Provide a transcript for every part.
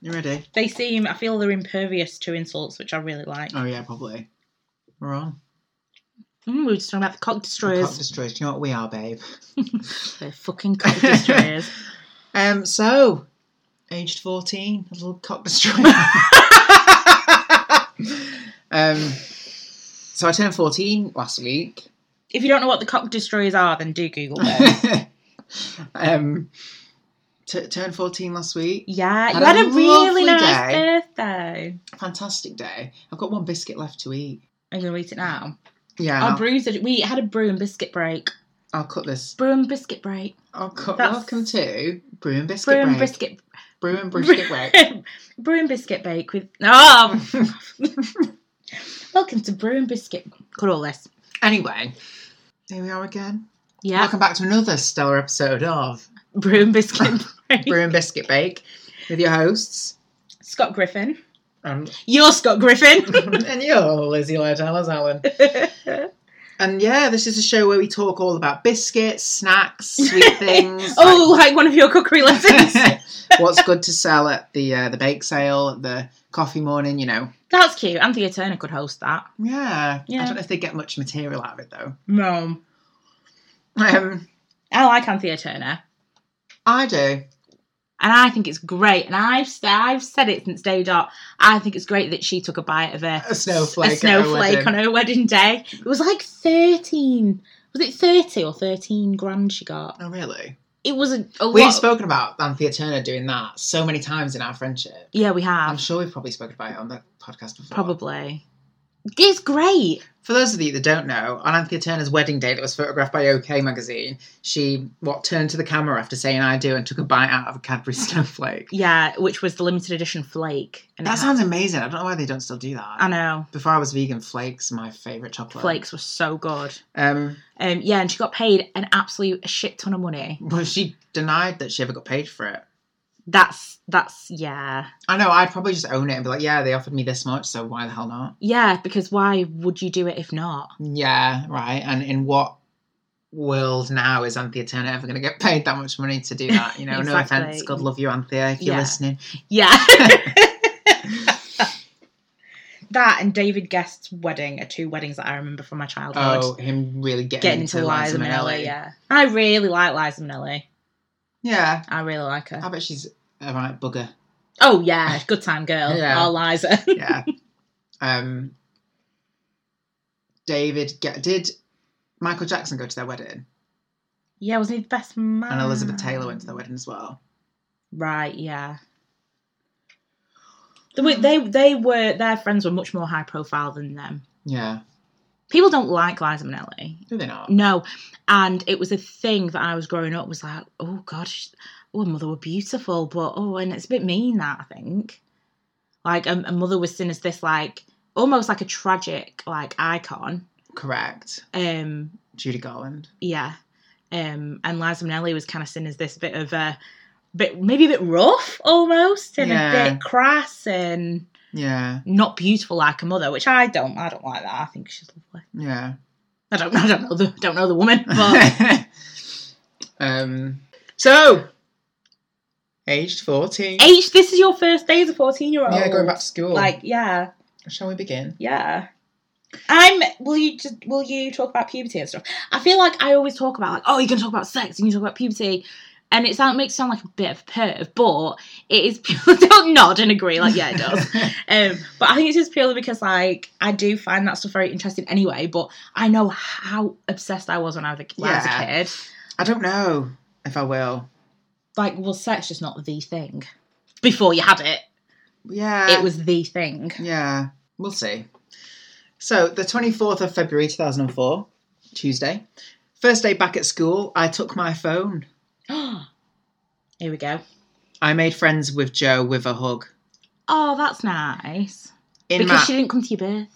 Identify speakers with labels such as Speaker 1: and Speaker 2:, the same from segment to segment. Speaker 1: You ready?
Speaker 2: They seem, I feel they're impervious to insults, which I really like.
Speaker 1: Oh yeah, probably. We're on.
Speaker 2: Mm, we were just talking about the cock destroyers.
Speaker 1: Cock destroyers. Do you know what we are, babe?
Speaker 2: They're fucking cock destroyers.
Speaker 1: Um. So, aged fourteen, a little cock destroyer. um. So I turned fourteen last week.
Speaker 2: if you don't know what the cock destroyers are, then do Google them.
Speaker 1: um. T- turned fourteen last week.
Speaker 2: yeah,
Speaker 1: Had
Speaker 2: you
Speaker 1: a
Speaker 2: had a really
Speaker 1: lovely
Speaker 2: nice
Speaker 1: day.
Speaker 2: birthday.
Speaker 1: Fantastic day. I've got one biscuit left to eat.
Speaker 2: I'm going to eat it now.
Speaker 1: Yeah.
Speaker 2: Our
Speaker 1: I'll,
Speaker 2: brews, are- we had a brew and biscuit break.
Speaker 1: I'll cut this.
Speaker 2: Brew and biscuit break.
Speaker 1: I'll cut.
Speaker 2: That's-
Speaker 1: Welcome to Brew and Biscuit
Speaker 2: Brew and
Speaker 1: Break.
Speaker 2: brisket.
Speaker 1: Brew and Brisket Break.
Speaker 2: brew and biscuit bake with. Oh! Welcome to Brew and Biscuit. Cut all this.
Speaker 1: Anyway, here we are again.
Speaker 2: Yeah.
Speaker 1: Welcome back to another stellar episode of
Speaker 2: Brew and Biscuit break.
Speaker 1: Brew and Biscuit Bake with your hosts.
Speaker 2: Scott Griffin.
Speaker 1: Um,
Speaker 2: You're Scott Griffin.
Speaker 1: and you're Lizzie Lightellas Allen. And yeah, this is a show where we talk all about biscuits, snacks, sweet things.
Speaker 2: oh, like one of your cookery lessons.
Speaker 1: like what's good to sell at the uh, the bake sale, at the coffee morning, you know.
Speaker 2: That's cute. Anthea Turner could host that.
Speaker 1: Yeah. I
Speaker 2: Yeah.
Speaker 1: don't know if they get much material out of it though.
Speaker 2: No.
Speaker 1: Um,
Speaker 2: I like Anthea Turner.
Speaker 1: I do.
Speaker 2: And I think it's great. And I've said, I've said it since day dot. I think it's great that she took a bite of a,
Speaker 1: A snowflake at
Speaker 2: a
Speaker 1: her
Speaker 2: snowflake
Speaker 1: wedding.
Speaker 2: on her wedding day. It was like 13. Was it 30 or 13 grand she got?
Speaker 1: Oh really?
Speaker 2: It was a, a
Speaker 1: We've
Speaker 2: lot.
Speaker 1: spoken about Anthea Turner doing that so many times in our friendship.
Speaker 2: yeah, we
Speaker 1: I'm
Speaker 2: have.
Speaker 1: sure we've probably spoken about it on the podcast before.
Speaker 2: Probably. It's great.
Speaker 1: For those of you that don't know, on Anthea Turner's wedding day that was photographed by OK magazine, she what turned to the camera after saying "I do" and took a bite out of a Cadbury snowflake.
Speaker 2: Yeah, which was the limited edition flake. And it
Speaker 1: That
Speaker 2: had-
Speaker 1: sounds amazing. I don't know why they don't still do that.
Speaker 2: I know.
Speaker 1: Before I was vegan, flakes my favorite chocolate.
Speaker 2: Flakes were so good.
Speaker 1: Um,
Speaker 2: Um, yeah, and she got paid an absolute shit ton of money.
Speaker 1: but she denied that she ever got paid for it.
Speaker 2: That's that's yeah,
Speaker 1: I know. I'd probably just own it and be like, "Yeah, they offered me this much, so why the hell not?"
Speaker 2: yeah. Because why would you do it if not?
Speaker 1: Yeah, right. And in what world now is Anthea Turner ever going to get paid that much money to do that? You know,
Speaker 2: Exactly.
Speaker 1: no offense. God love you, Anthea, if you're
Speaker 2: Yeah.
Speaker 1: listening.
Speaker 2: Yeah. that and David Guest's wedding are two weddings that I remember from my childhood.
Speaker 1: Oh, him really getting,
Speaker 2: Getting into Liza Minnelli, yeah. I really like Liza Minnelli.
Speaker 1: Yeah,
Speaker 2: I really like her.
Speaker 1: I bet she's a right bugger.
Speaker 2: Oh yeah, good time girl.
Speaker 1: Yeah.
Speaker 2: Oh Liza.
Speaker 1: Yeah. um, David, get, did Michael Jackson go to their wedding?
Speaker 2: yeah, wasn't he the best man?
Speaker 1: And Elizabeth Taylor went to their wedding as well.
Speaker 2: Right, yeah. They were- they they were their friends were much more high profile than them.
Speaker 1: Yeah.
Speaker 2: People don't like Liza Minnelli.
Speaker 1: Do they not?
Speaker 2: No, and it was a thing that I was growing up was like, oh gosh, oh her mother were beautiful, but oh, and it's a bit mean that I think, like a, a mother was seen as this like almost like a tragic like icon,
Speaker 1: Correct.
Speaker 2: um,
Speaker 1: Judy Garland.
Speaker 2: yeah, um, and Liza Minnelli was kind of seen as this bit of a bit maybe a bit rough almost and
Speaker 1: Yeah.
Speaker 2: a bit crass and
Speaker 1: Yeah.
Speaker 2: not beautiful like a mother, which I don't, I don't like that. I think she's lovely.
Speaker 1: Yeah.
Speaker 2: I don't, I don't know the, don't know the woman, but
Speaker 1: um. So, aged fourteen.
Speaker 2: H, this is your first day as a 14 year old.
Speaker 1: Yeah, going back to school.
Speaker 2: Like, yeah,
Speaker 1: shall we begin?
Speaker 2: yeah. I'm. Will you just? Will you talk about puberty and stuff? I feel like I always talk about like, oh, you can talk about sex, you can talk about puberty, and it sound, makes it sound like a bit of a perv, but it is. pure- don't nod and agree. Like, yeah, it does. um, but I think it's just purely because like I do find that stuff very interesting anyway. But I know how obsessed I was when I was a, when I was
Speaker 1: Yeah.
Speaker 2: a kid.
Speaker 1: I don't know if I will.
Speaker 2: Like, well, sex just not the thing. Before you had it,
Speaker 1: Yeah.
Speaker 2: it was the thing.
Speaker 1: Yeah, we'll see. So, the 24th of February 2004, Tuesday, first day back at school, I took my phone.
Speaker 2: Here we go.
Speaker 1: I made friends with Joe with a hug.
Speaker 2: Oh, that's nice.
Speaker 1: In
Speaker 2: because
Speaker 1: math.
Speaker 2: she didn't come to your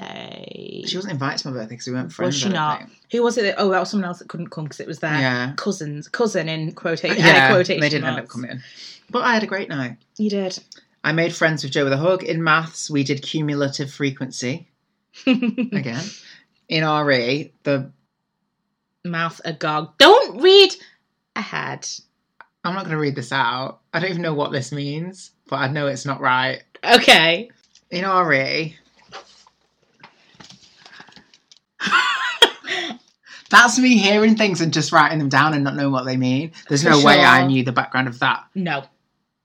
Speaker 2: birthday.
Speaker 1: She wasn't invited to my birthday because we weren't friends.
Speaker 2: Was she
Speaker 1: I don't
Speaker 2: not?
Speaker 1: think.
Speaker 2: Who was it? That, oh, that was someone else that couldn't come because it was their
Speaker 1: Yeah.
Speaker 2: cousins. Cousin in quotation.
Speaker 1: Yeah, they
Speaker 2: quotation
Speaker 1: didn't end up
Speaker 2: marks.
Speaker 1: coming. But I had a great night.
Speaker 2: You did.
Speaker 1: I made friends with Joe with a hug. In maths, we did cumulative frequency
Speaker 2: Mm.
Speaker 1: again. In RE, the
Speaker 2: Mouth agog. Don't read ahead.
Speaker 1: I'm not going to read this out. I don't even know what this means. but I know it's not right.
Speaker 2: Okay.
Speaker 1: In RE, that's me hearing things and just writing them down and not knowing what they mean. There's
Speaker 2: For
Speaker 1: no way
Speaker 2: sure.
Speaker 1: I knew the background of that
Speaker 2: No.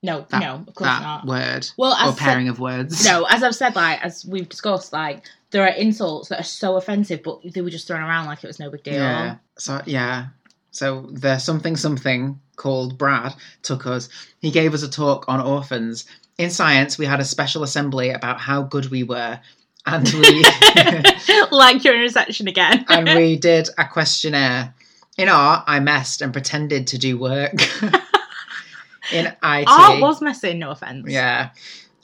Speaker 2: No,
Speaker 1: That-
Speaker 2: no, of course
Speaker 1: that
Speaker 2: not.
Speaker 1: word
Speaker 2: Well,
Speaker 1: or
Speaker 2: as said-
Speaker 1: pairing of words.
Speaker 2: no, as I've said, like as we've discussed, like there are insults that are so offensive, but they were just thrown around like it was no big deal.
Speaker 1: Yeah. So yeah. So the something something called Brad took us. He gave us a talk on orphans. In science, we had a special assembly about how good we were, and we
Speaker 2: like you're in reception again.
Speaker 1: and we did a questionnaire. In art, I messed and pretended to do work. In IT,
Speaker 2: Art was messy, no offense.
Speaker 1: yeah.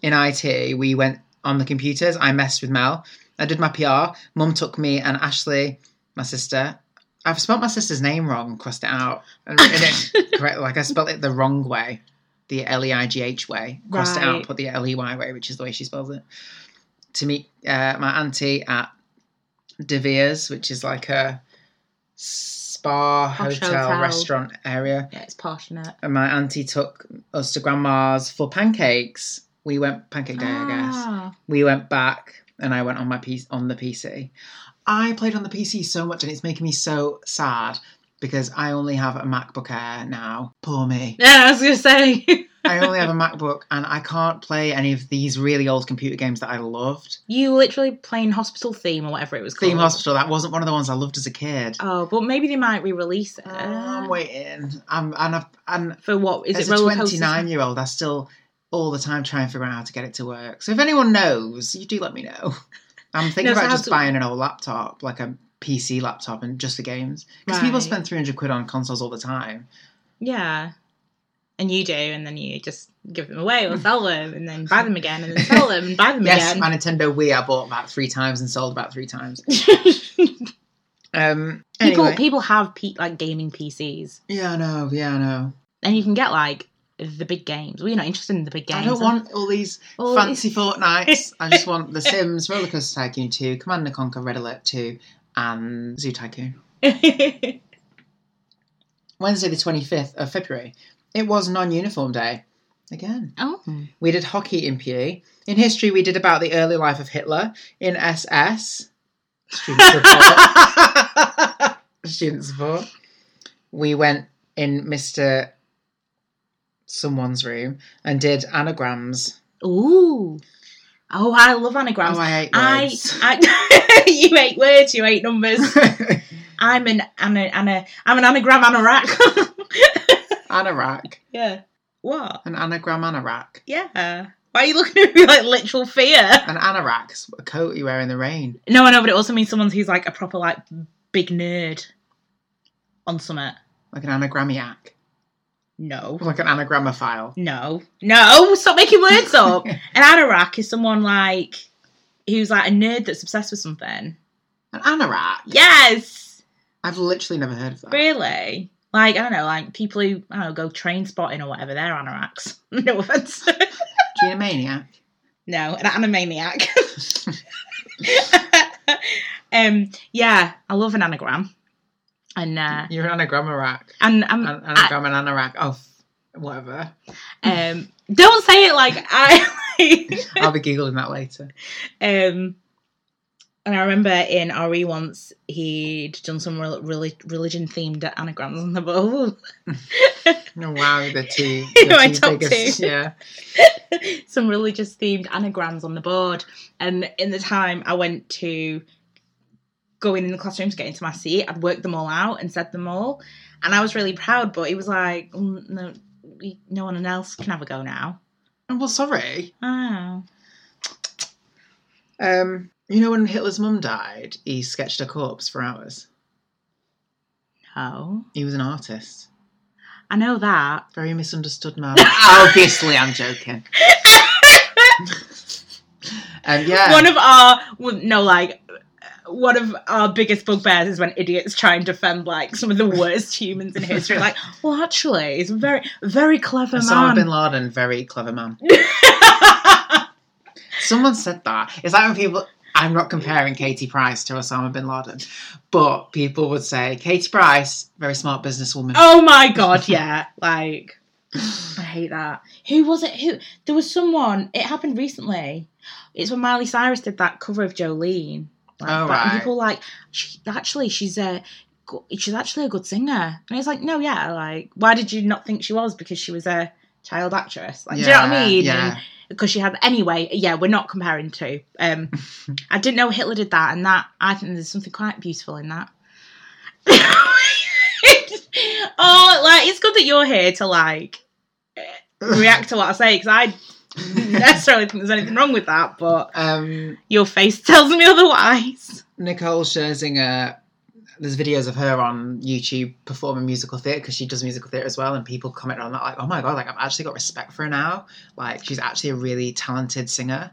Speaker 1: In IT, we went on the computers. I messed with Mel. I did my PR. Mum took me and Ashley, my sister. I've spelt my sister's name wrong, crossed it out, and written it correct. Like I spelt it the wrong way, the L E I G H way. Crossed it out,
Speaker 2: Right.
Speaker 1: put the L E Y way, which is the way she spells it. To meet uh, my auntie at De Vere's, which is like a spa
Speaker 2: Posh
Speaker 1: hotel
Speaker 2: hotel.
Speaker 1: restaurant area.
Speaker 2: Yeah, it's passionate.
Speaker 1: And my auntie took us to grandma's for pancakes. We went pancake day,
Speaker 2: Ah.
Speaker 1: I guess. We went back, and I went on my piece on the PC. I played on the PC so much, and it's making me so sad because I only have a MacBook Air now. Poor me.
Speaker 2: Yeah, I was gonna say.
Speaker 1: I only have a MacBook, and I can't play any of these really old computer games that I loved.
Speaker 2: you literally playing hospital theme or whatever it was called.
Speaker 1: Theme Hospital. That wasn't one of the ones I loved as a kid.
Speaker 2: Oh, but maybe they might re-release it.
Speaker 1: I'm waiting. I'm and I've, and
Speaker 2: for what is
Speaker 1: as
Speaker 2: it?
Speaker 1: a
Speaker 2: Roller
Speaker 1: 29 year old, I still all the time try and figure out how to get it to work. So if anyone knows, you do let me know. I'm thinking
Speaker 2: No, so
Speaker 1: about
Speaker 2: how
Speaker 1: just
Speaker 2: to-
Speaker 1: buying an old laptop, like a PC laptop, and just the games. Because people
Speaker 2: Right.
Speaker 1: spend 300 quid on consoles all the time.
Speaker 2: Yeah. And you do, and then you just give them away or sell them, and then buy them again, and then sell them and buy them
Speaker 1: Yes,
Speaker 2: again.
Speaker 1: my Nintendo Wii I bought about three times and sold about three times. Um,
Speaker 2: people
Speaker 1: anyway.
Speaker 2: people have pe- like gaming PCs,
Speaker 1: Yeah, I know. Yeah, I know.
Speaker 2: and you can get like the big games. We're not interested in the big
Speaker 1: I
Speaker 2: games.
Speaker 1: don't want all these
Speaker 2: All
Speaker 1: fancy
Speaker 2: these-
Speaker 1: Fortnites. I just want The Sims, Rollercoaster Tycoon 2, Command and Conquer Red Alert 2, and Zoo Tycoon. Wednesday, the 25th of February. It was non uniform day. Again.
Speaker 2: oh,
Speaker 1: We did hockey in PE. In history, we did about the early life of Hitler. In SS, student support. student support. We went in Mr. Someone's room and did anagrams.
Speaker 2: ooh, oh! I love anagrams.
Speaker 1: Oh, I hate
Speaker 2: I,
Speaker 1: words.
Speaker 2: I you hate words, you hate numbers. I'm an ana, ana, I'm an anagram anorak.
Speaker 1: anorak.
Speaker 2: yeah. What?
Speaker 1: An anagram anorak.
Speaker 2: Yeah. Why are you looking at me like literal fear?
Speaker 1: An anorak's a coat you wear in the rain.
Speaker 2: No, I know, but it also means someone who's like a proper like big nerd on summit.
Speaker 1: Like an anagramiac.
Speaker 2: No.
Speaker 1: Like an anagramophile.
Speaker 2: No. No, stop making words up. An anorak is someone like who's like a nerd that's obsessed with something.
Speaker 1: An anorak?
Speaker 2: Yes.
Speaker 1: I've literally never heard of that.
Speaker 2: Really? Like, I don't know, like people who I don't know, go train spotting or whatever, they're anoraks. No offense.
Speaker 1: Do you mean a maniac?
Speaker 2: no, an animaniac. um yeah, I love an anagram. And uh
Speaker 1: You're an anagramorak.
Speaker 2: and um, I'm
Speaker 1: An anagram and anorak. Oh, f- whatever.
Speaker 2: Um, don't say it like I.
Speaker 1: I'll be googling that later.
Speaker 2: um, and I remember in RE once he'd done some rel- reli- religion themed anagrams on the
Speaker 1: Oh,
Speaker 2: ball.
Speaker 1: wow, the two, the
Speaker 2: My
Speaker 1: two
Speaker 2: top
Speaker 1: biggest.
Speaker 2: two.
Speaker 1: Yeah.
Speaker 2: some religious themed anagrams on the board. And in the time I went to going in the classroom to get into my seat, I'd worked them all out and said them all. And I was really proud, but he was like, "Mm, no, we- no one else can have a go now.
Speaker 1: Oh, well, sorry.
Speaker 2: Oh.
Speaker 1: Um, you know when Hitler's mum died, he sketched a corpse for hours.
Speaker 2: No.
Speaker 1: He was an artist.
Speaker 2: I know that.
Speaker 1: Very misunderstood man. Obviously, I'm joking. um, yeah.
Speaker 2: one of our well, no like uh, one of our biggest bugbears is when idiots try and defend like some of the worst humans in history like well actually he's a very very clever
Speaker 1: Osama bin
Speaker 2: man
Speaker 1: Laden, very clever man. Someone said that. It's like when people. I'm not comparing Katie Price to Osama bin Laden, but people would say Katie Price, very smart businesswoman.
Speaker 2: oh my god yeah like I hate that. Who was it? Who there was someone. It happened recently. It's when Miley Cyrus did that cover of Jolene. Like,
Speaker 1: Oh,
Speaker 2: that- and
Speaker 1: right.
Speaker 2: People were like she, actually she's a go- she's actually a good singer, and it's like no, yeah, like why did you not think she was because she was a child actress? Like, do you know what I mean?
Speaker 1: Yeah.
Speaker 2: Because she had anyway. Yeah, we're not comparing two. Um, I didn't know Hitler did that, and that I think there's something quite beautiful in that. oh, like it's good that you're here to like react to what I say because I didn't necessarily think there's anything wrong with that, but
Speaker 1: um,
Speaker 2: your face tells me otherwise.
Speaker 1: Nicole Scherzinger, there's videos of her on YouTube performing musical theatre because she does musical theatre as well, and people comment on that like, "Oh my god, like I've actually got respect for her now. Like she's actually a really talented singer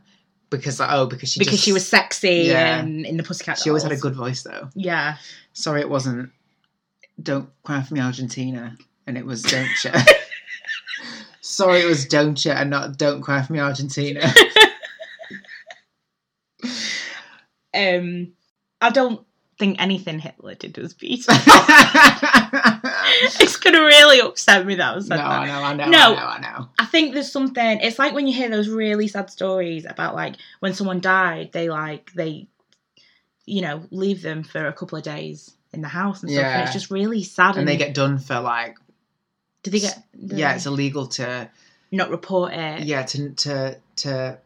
Speaker 1: because like, oh because she
Speaker 2: Because
Speaker 1: just-
Speaker 2: she was sexy
Speaker 1: Yeah.
Speaker 2: and in the pussycat.
Speaker 1: she always had a
Speaker 2: Dolls.
Speaker 1: good voice though.
Speaker 2: Yeah.
Speaker 1: Sorry, it wasn't. Don't cry for me, Argentina, and it was don't you. Sorry, it was don't you and not don't cry for me, Argentina.
Speaker 2: Um, I don't think anything Hitler did was
Speaker 1: no,
Speaker 2: beautiful.
Speaker 1: I
Speaker 2: it's gonna really upset me that I said
Speaker 1: know,
Speaker 2: that.
Speaker 1: I know,
Speaker 2: No.
Speaker 1: I know, I know.
Speaker 2: I think there's something. It's like when you hear those really sad stories about like when someone died, they like they, you know, leave them for a couple of days in the house and stuff.
Speaker 1: Yeah.
Speaker 2: And it's just really sad.
Speaker 1: And they get done for like
Speaker 2: do they get do
Speaker 1: yeah,
Speaker 2: they
Speaker 1: it's illegal to
Speaker 2: not report it.
Speaker 1: yeah to to to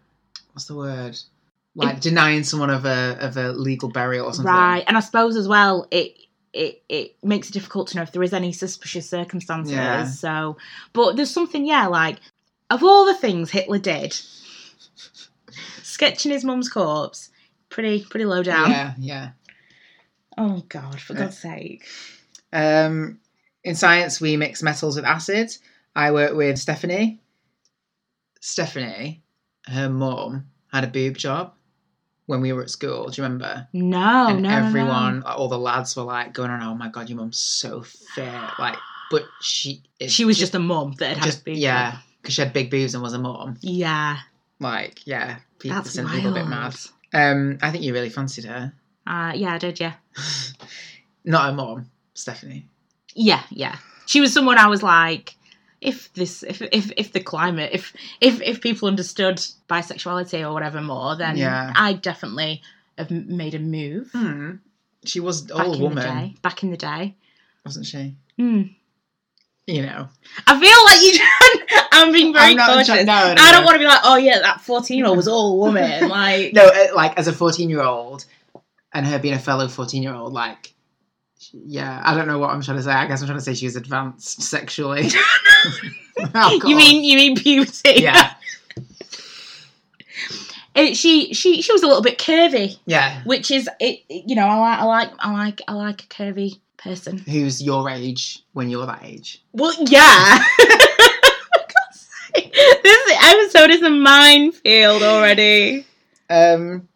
Speaker 1: what's the word like denying someone of a of a legal burial or something.
Speaker 2: Right, and I suppose as well it. It, it makes it difficult to know if there is any suspicious circumstances.
Speaker 1: Yeah.
Speaker 2: So, but there's something, yeah, like of all the things Hitler did, sketching his mum's corpse, pretty pretty low down.
Speaker 1: Yeah, yeah.
Speaker 2: Oh God, for
Speaker 1: Yeah.
Speaker 2: God's sake!
Speaker 1: Um, in science, we mix metals with acid. I work with Stephanie. Stephanie, her mum had a boob job when we were at school. Do you remember?
Speaker 2: No,
Speaker 1: and
Speaker 2: Oh, no, no, no.
Speaker 1: everyone, all the lads were like going on, "Oh my god, your mum's so fit!" Like, but she it-
Speaker 2: She was just a mum that had had a
Speaker 1: just
Speaker 2: big
Speaker 1: yeah, because she had big boobs and was a mum.
Speaker 2: yeah.
Speaker 1: Like, yeah, people
Speaker 2: That's
Speaker 1: sent
Speaker 2: wild.
Speaker 1: people a bit mad. Um, I think you really fancied her.
Speaker 2: Uh, yeah, I did. Yeah,
Speaker 1: Not her mom, Stephanie.
Speaker 2: yeah, yeah. She was someone I was like, if this, if if if the climate, if if if people understood bisexuality or whatever more, then
Speaker 1: Yeah.
Speaker 2: I definitely have m- made a move.
Speaker 1: Hmm. She was an
Speaker 2: Back
Speaker 1: old
Speaker 2: in the
Speaker 1: woman,
Speaker 2: day, back in the day,
Speaker 1: wasn't she?
Speaker 2: Hmm.
Speaker 1: You know.
Speaker 2: I feel like you. I'm being very
Speaker 1: I'm not
Speaker 2: cautious.
Speaker 1: trying- no, no,
Speaker 2: I don't
Speaker 1: no.
Speaker 2: want to be like, oh yeah, that 14 year old was all woman. Like,
Speaker 1: No, uh, like as a fourteen-year-old, and her being a fellow fourteen-year-old, like. she- Yeah, I don't know what I'm trying to say. I guess I'm trying to say she was advanced sexually. Oh, God.
Speaker 2: you mean you mean beauty?
Speaker 1: Yeah,
Speaker 2: Uh, she she she was a little bit curvy,
Speaker 1: yeah.
Speaker 2: which is it. You know, I like I like I like I like a curvy person.
Speaker 1: Who's your age when you're that age?
Speaker 2: Well, yeah. this episode is a minefield already.
Speaker 1: Um,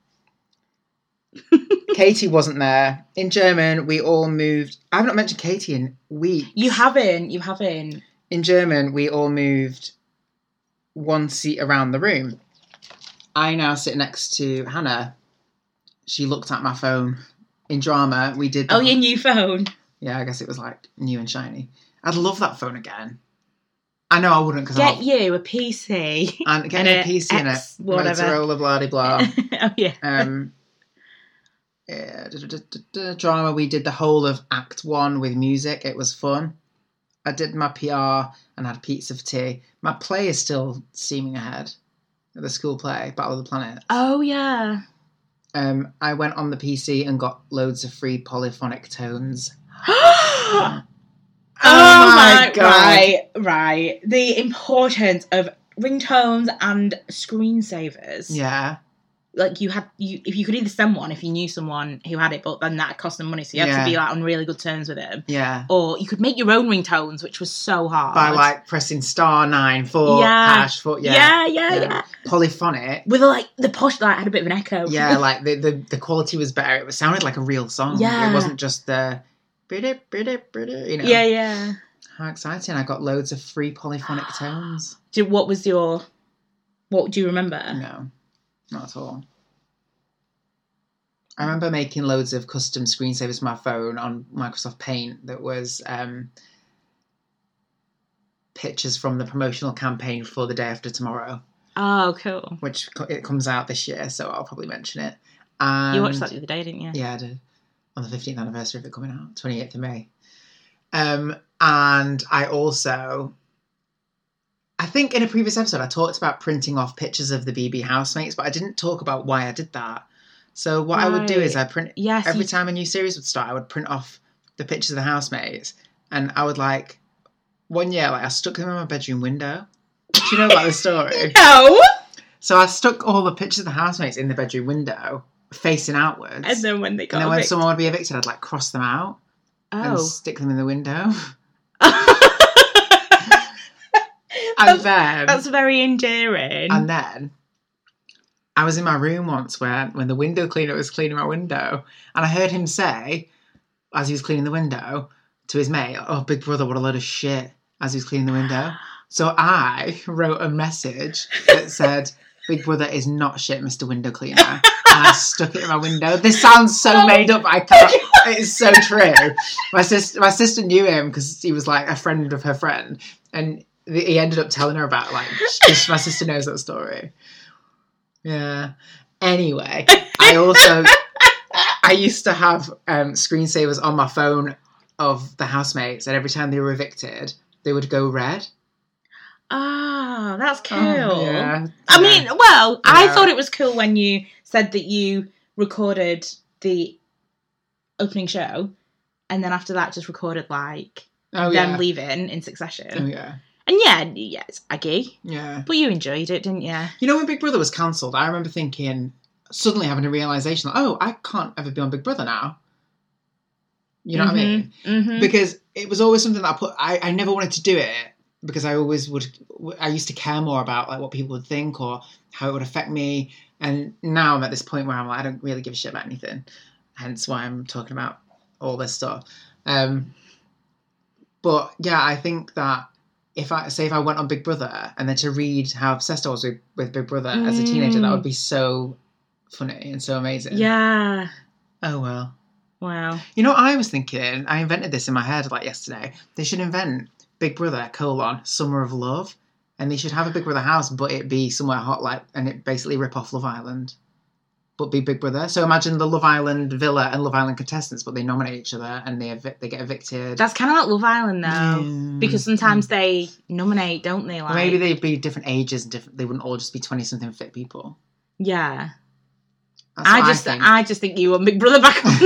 Speaker 1: Katie wasn't there. In German, we all moved. I've not mentioned Katie in weeks.
Speaker 2: You haven't, you haven't.
Speaker 1: In German, we all moved one seat around the room. I now sit next to Hannah. She looked at my phone. In drama, we did. the-
Speaker 2: Oh, your new phone.
Speaker 1: Yeah, I guess it was like new and shiny. I'd love that phone again. I know I wouldn't because
Speaker 2: Get
Speaker 1: I'm
Speaker 2: you a PC.
Speaker 1: and getting a
Speaker 2: and a
Speaker 1: PC in it.
Speaker 2: X whatever.
Speaker 1: Motorola, blah de blah.
Speaker 2: oh yeah.
Speaker 1: Um, yeah, duh, duh, duh, duh, duh, drama. We did the whole of Act One with music. It was fun. I did my PR and had pizza for tea. My play is still steaming ahead. The school play, Battle of the Planet.
Speaker 2: Oh yeah.
Speaker 1: Um, I went on the PC and got loads of free polyphonic tones. Oh
Speaker 2: oh,
Speaker 1: my
Speaker 2: my
Speaker 1: God.
Speaker 2: Right, right. The importance of ringtones and screensavers.
Speaker 1: Yeah,
Speaker 2: like you had you if you could either send one if you knew someone who had it, but then that cost them money, so you had
Speaker 1: Yeah.
Speaker 2: to be like on really good terms with them.
Speaker 1: yeah.
Speaker 2: Or you could make your own ringtones, which was so hard.
Speaker 1: By like pressing star nine four
Speaker 2: Yeah.
Speaker 1: hash four. Yeah,
Speaker 2: yeah, yeah,
Speaker 1: yeah.
Speaker 2: yeah.
Speaker 1: polyphonic.
Speaker 2: With like the posh light had a bit of an echo.
Speaker 1: Yeah, like the, the the quality was better. It was sounded like a real song.
Speaker 2: Yeah.
Speaker 1: it wasn't just the. Brit-it, brit-it, brit-it, You know.
Speaker 2: yeah, yeah.
Speaker 1: How exciting. I got loads of free polyphonic tones.
Speaker 2: Do, what was your what do you remember?
Speaker 1: No, not at all. I remember making loads of custom screensavers for my phone on Microsoft Paint that was um, pictures from the promotional campaign for the day after tomorrow,
Speaker 2: Oh, cool.
Speaker 1: which co- it comes out this year, so I'll probably mention it. And
Speaker 2: You watched that the other day, didn't you?
Speaker 1: Um, Yeah, I did. On the 15th anniversary of it coming out, 28th of May. Um, and I also, I think in a previous episode, I talked about printing off pictures of the BB housemates, but I didn't talk about why I did that. So what I would do is I print
Speaker 2: Yes.
Speaker 1: every
Speaker 2: you-
Speaker 1: time a new series would start, I would print off the pictures of the housemates, and I would like one year, like I stuck them in my bedroom window. Do you know about the story?
Speaker 2: no.
Speaker 1: So I stuck all the pictures of the housemates in the bedroom window, facing outwards.
Speaker 2: And then when they got
Speaker 1: And then when
Speaker 2: evicted-
Speaker 1: someone would be evicted, I'd like cross them out and
Speaker 2: oh.
Speaker 1: stick them in the window. and
Speaker 2: that's,
Speaker 1: then,
Speaker 2: that's very endearing.
Speaker 1: Um, and then, I was in my room once where when the window cleaner was cleaning my window, and I heard him say, as he was cleaning the window, to his mate, "Oh, big brother, what a load of shit!" As he was cleaning the window. So I wrote a message that said, "Big brother is not shit, Mister Window Cleaner," and I stuck it in my window. This sounds so
Speaker 2: Oh.
Speaker 1: made up. I can't. It's so true. My sister, my sister knew him because he was like a friend of her friend, and th- he ended up telling her about like just, my sister knows that story. Yeah. Anyway, I also I used to have um, screensavers on my phone of the housemates, and every time they were evicted, they would go red.
Speaker 2: Ah, that's cool.
Speaker 1: Oh, yeah.
Speaker 2: I
Speaker 1: Yeah.
Speaker 2: mean, well, I
Speaker 1: Yeah.
Speaker 2: thought it was cool when you said that you recorded the opening show and then after that just recorded like
Speaker 1: oh
Speaker 2: them
Speaker 1: yeah,
Speaker 2: leaving in
Speaker 1: oh
Speaker 2: succession.
Speaker 1: yeah,
Speaker 2: And yeah, yeah, it's aggy.
Speaker 1: yeah.
Speaker 2: But you enjoyed it, didn't you?
Speaker 1: You know, when Big Brother was cancelled, I remember thinking, suddenly having a realization, like, oh, I can't ever be on Big Brother now. You know what I mean?
Speaker 2: Mm-hmm.
Speaker 1: Because it was always something that I put, I, I never wanted to do it because I always would, I used to care more about like what people would think or how it would affect me. And now I'm at this point where I'm like, I don't really give a shit about anything. Hence why I'm talking about all this stuff. Um, but yeah, I think that if I say if I went on Big Brother and then to read how obsessed I was with, with Big Brother as a teenager, that
Speaker 2: Mm.
Speaker 1: would be so funny and so amazing.
Speaker 2: Yeah.
Speaker 1: Oh well.
Speaker 2: Wow.
Speaker 1: You know, what I was thinking. I invented this in my head like yesterday. They should invent Big Brother colon Summer of Love, and they should have a Big Brother house, but it be somewhere hot, like, and it basically rip off Love Island, but be Big Brother. So imagine the Love Island villa and Love Island contestants, but they nominate each other and they evic- they get evicted.
Speaker 2: That's kind of like Love Island, though.
Speaker 1: Yeah.
Speaker 2: Because sometimes they nominate, don't they? Like,
Speaker 1: Or maybe they'd be different ages and different. They wouldn't all just be twenty something fit people.
Speaker 2: yeah.
Speaker 1: That's
Speaker 2: I
Speaker 1: what
Speaker 2: just,
Speaker 1: think.
Speaker 2: I, just think you want Big Brother back on.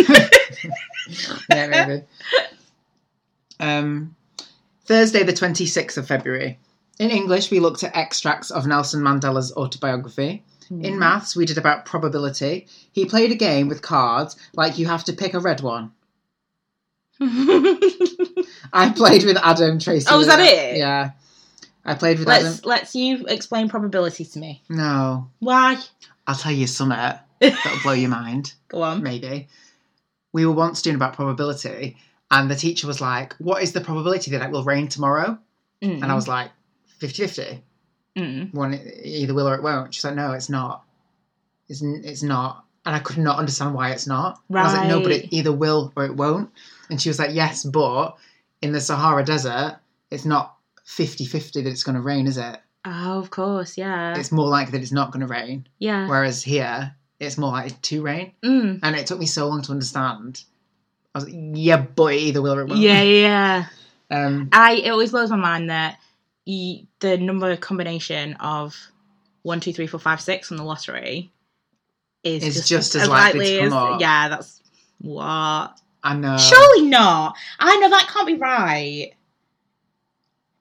Speaker 1: yeah, maybe. Um, Thursday, the 26th of February. In English, we looked at extracts of Nelson Mandela's autobiography.
Speaker 2: Mm.
Speaker 1: In maths, we did about probability. He played a game with cards, like you have to pick a red one. I played with Adam Tracy.
Speaker 2: Oh, is that it?
Speaker 1: Yeah. I played with Adam.
Speaker 2: let's let's you explain probability to me.
Speaker 1: No.
Speaker 2: Why?
Speaker 1: I'll tell you something that'll blow your mind.
Speaker 2: Go on.
Speaker 1: maybe. We were once doing about probability, and the teacher was like, What is the probability that it will rain tomorrow?
Speaker 2: Mm.
Speaker 1: And I was like, 50 50.
Speaker 2: Mm.
Speaker 1: One, it either will or it won't. She's like, No, it's not. It's, n- it's not. And I could not understand why it's not. And I was like, No, but
Speaker 2: Right.
Speaker 1: it either will or it won't. And she was like, Yes, but in the Sahara Desert, it's not 50 50 that it's going to rain, is it?
Speaker 2: Oh, of course, yeah,
Speaker 1: It's more likely that it's not going to rain.
Speaker 2: yeah.
Speaker 1: Whereas here, it's more likely to rain.
Speaker 2: Mm.
Speaker 1: And it took me so long to understand. I was like, yeah, but it either will or it won't.
Speaker 2: Yeah, yeah.
Speaker 1: Um,
Speaker 2: I it always blows my mind that you, the number combination of one, two, three, four, five, six on the lottery is
Speaker 1: It's just as likely to come up. Uh,
Speaker 2: yeah. That's what.
Speaker 1: I know.
Speaker 2: Surely not. I know that can't be right.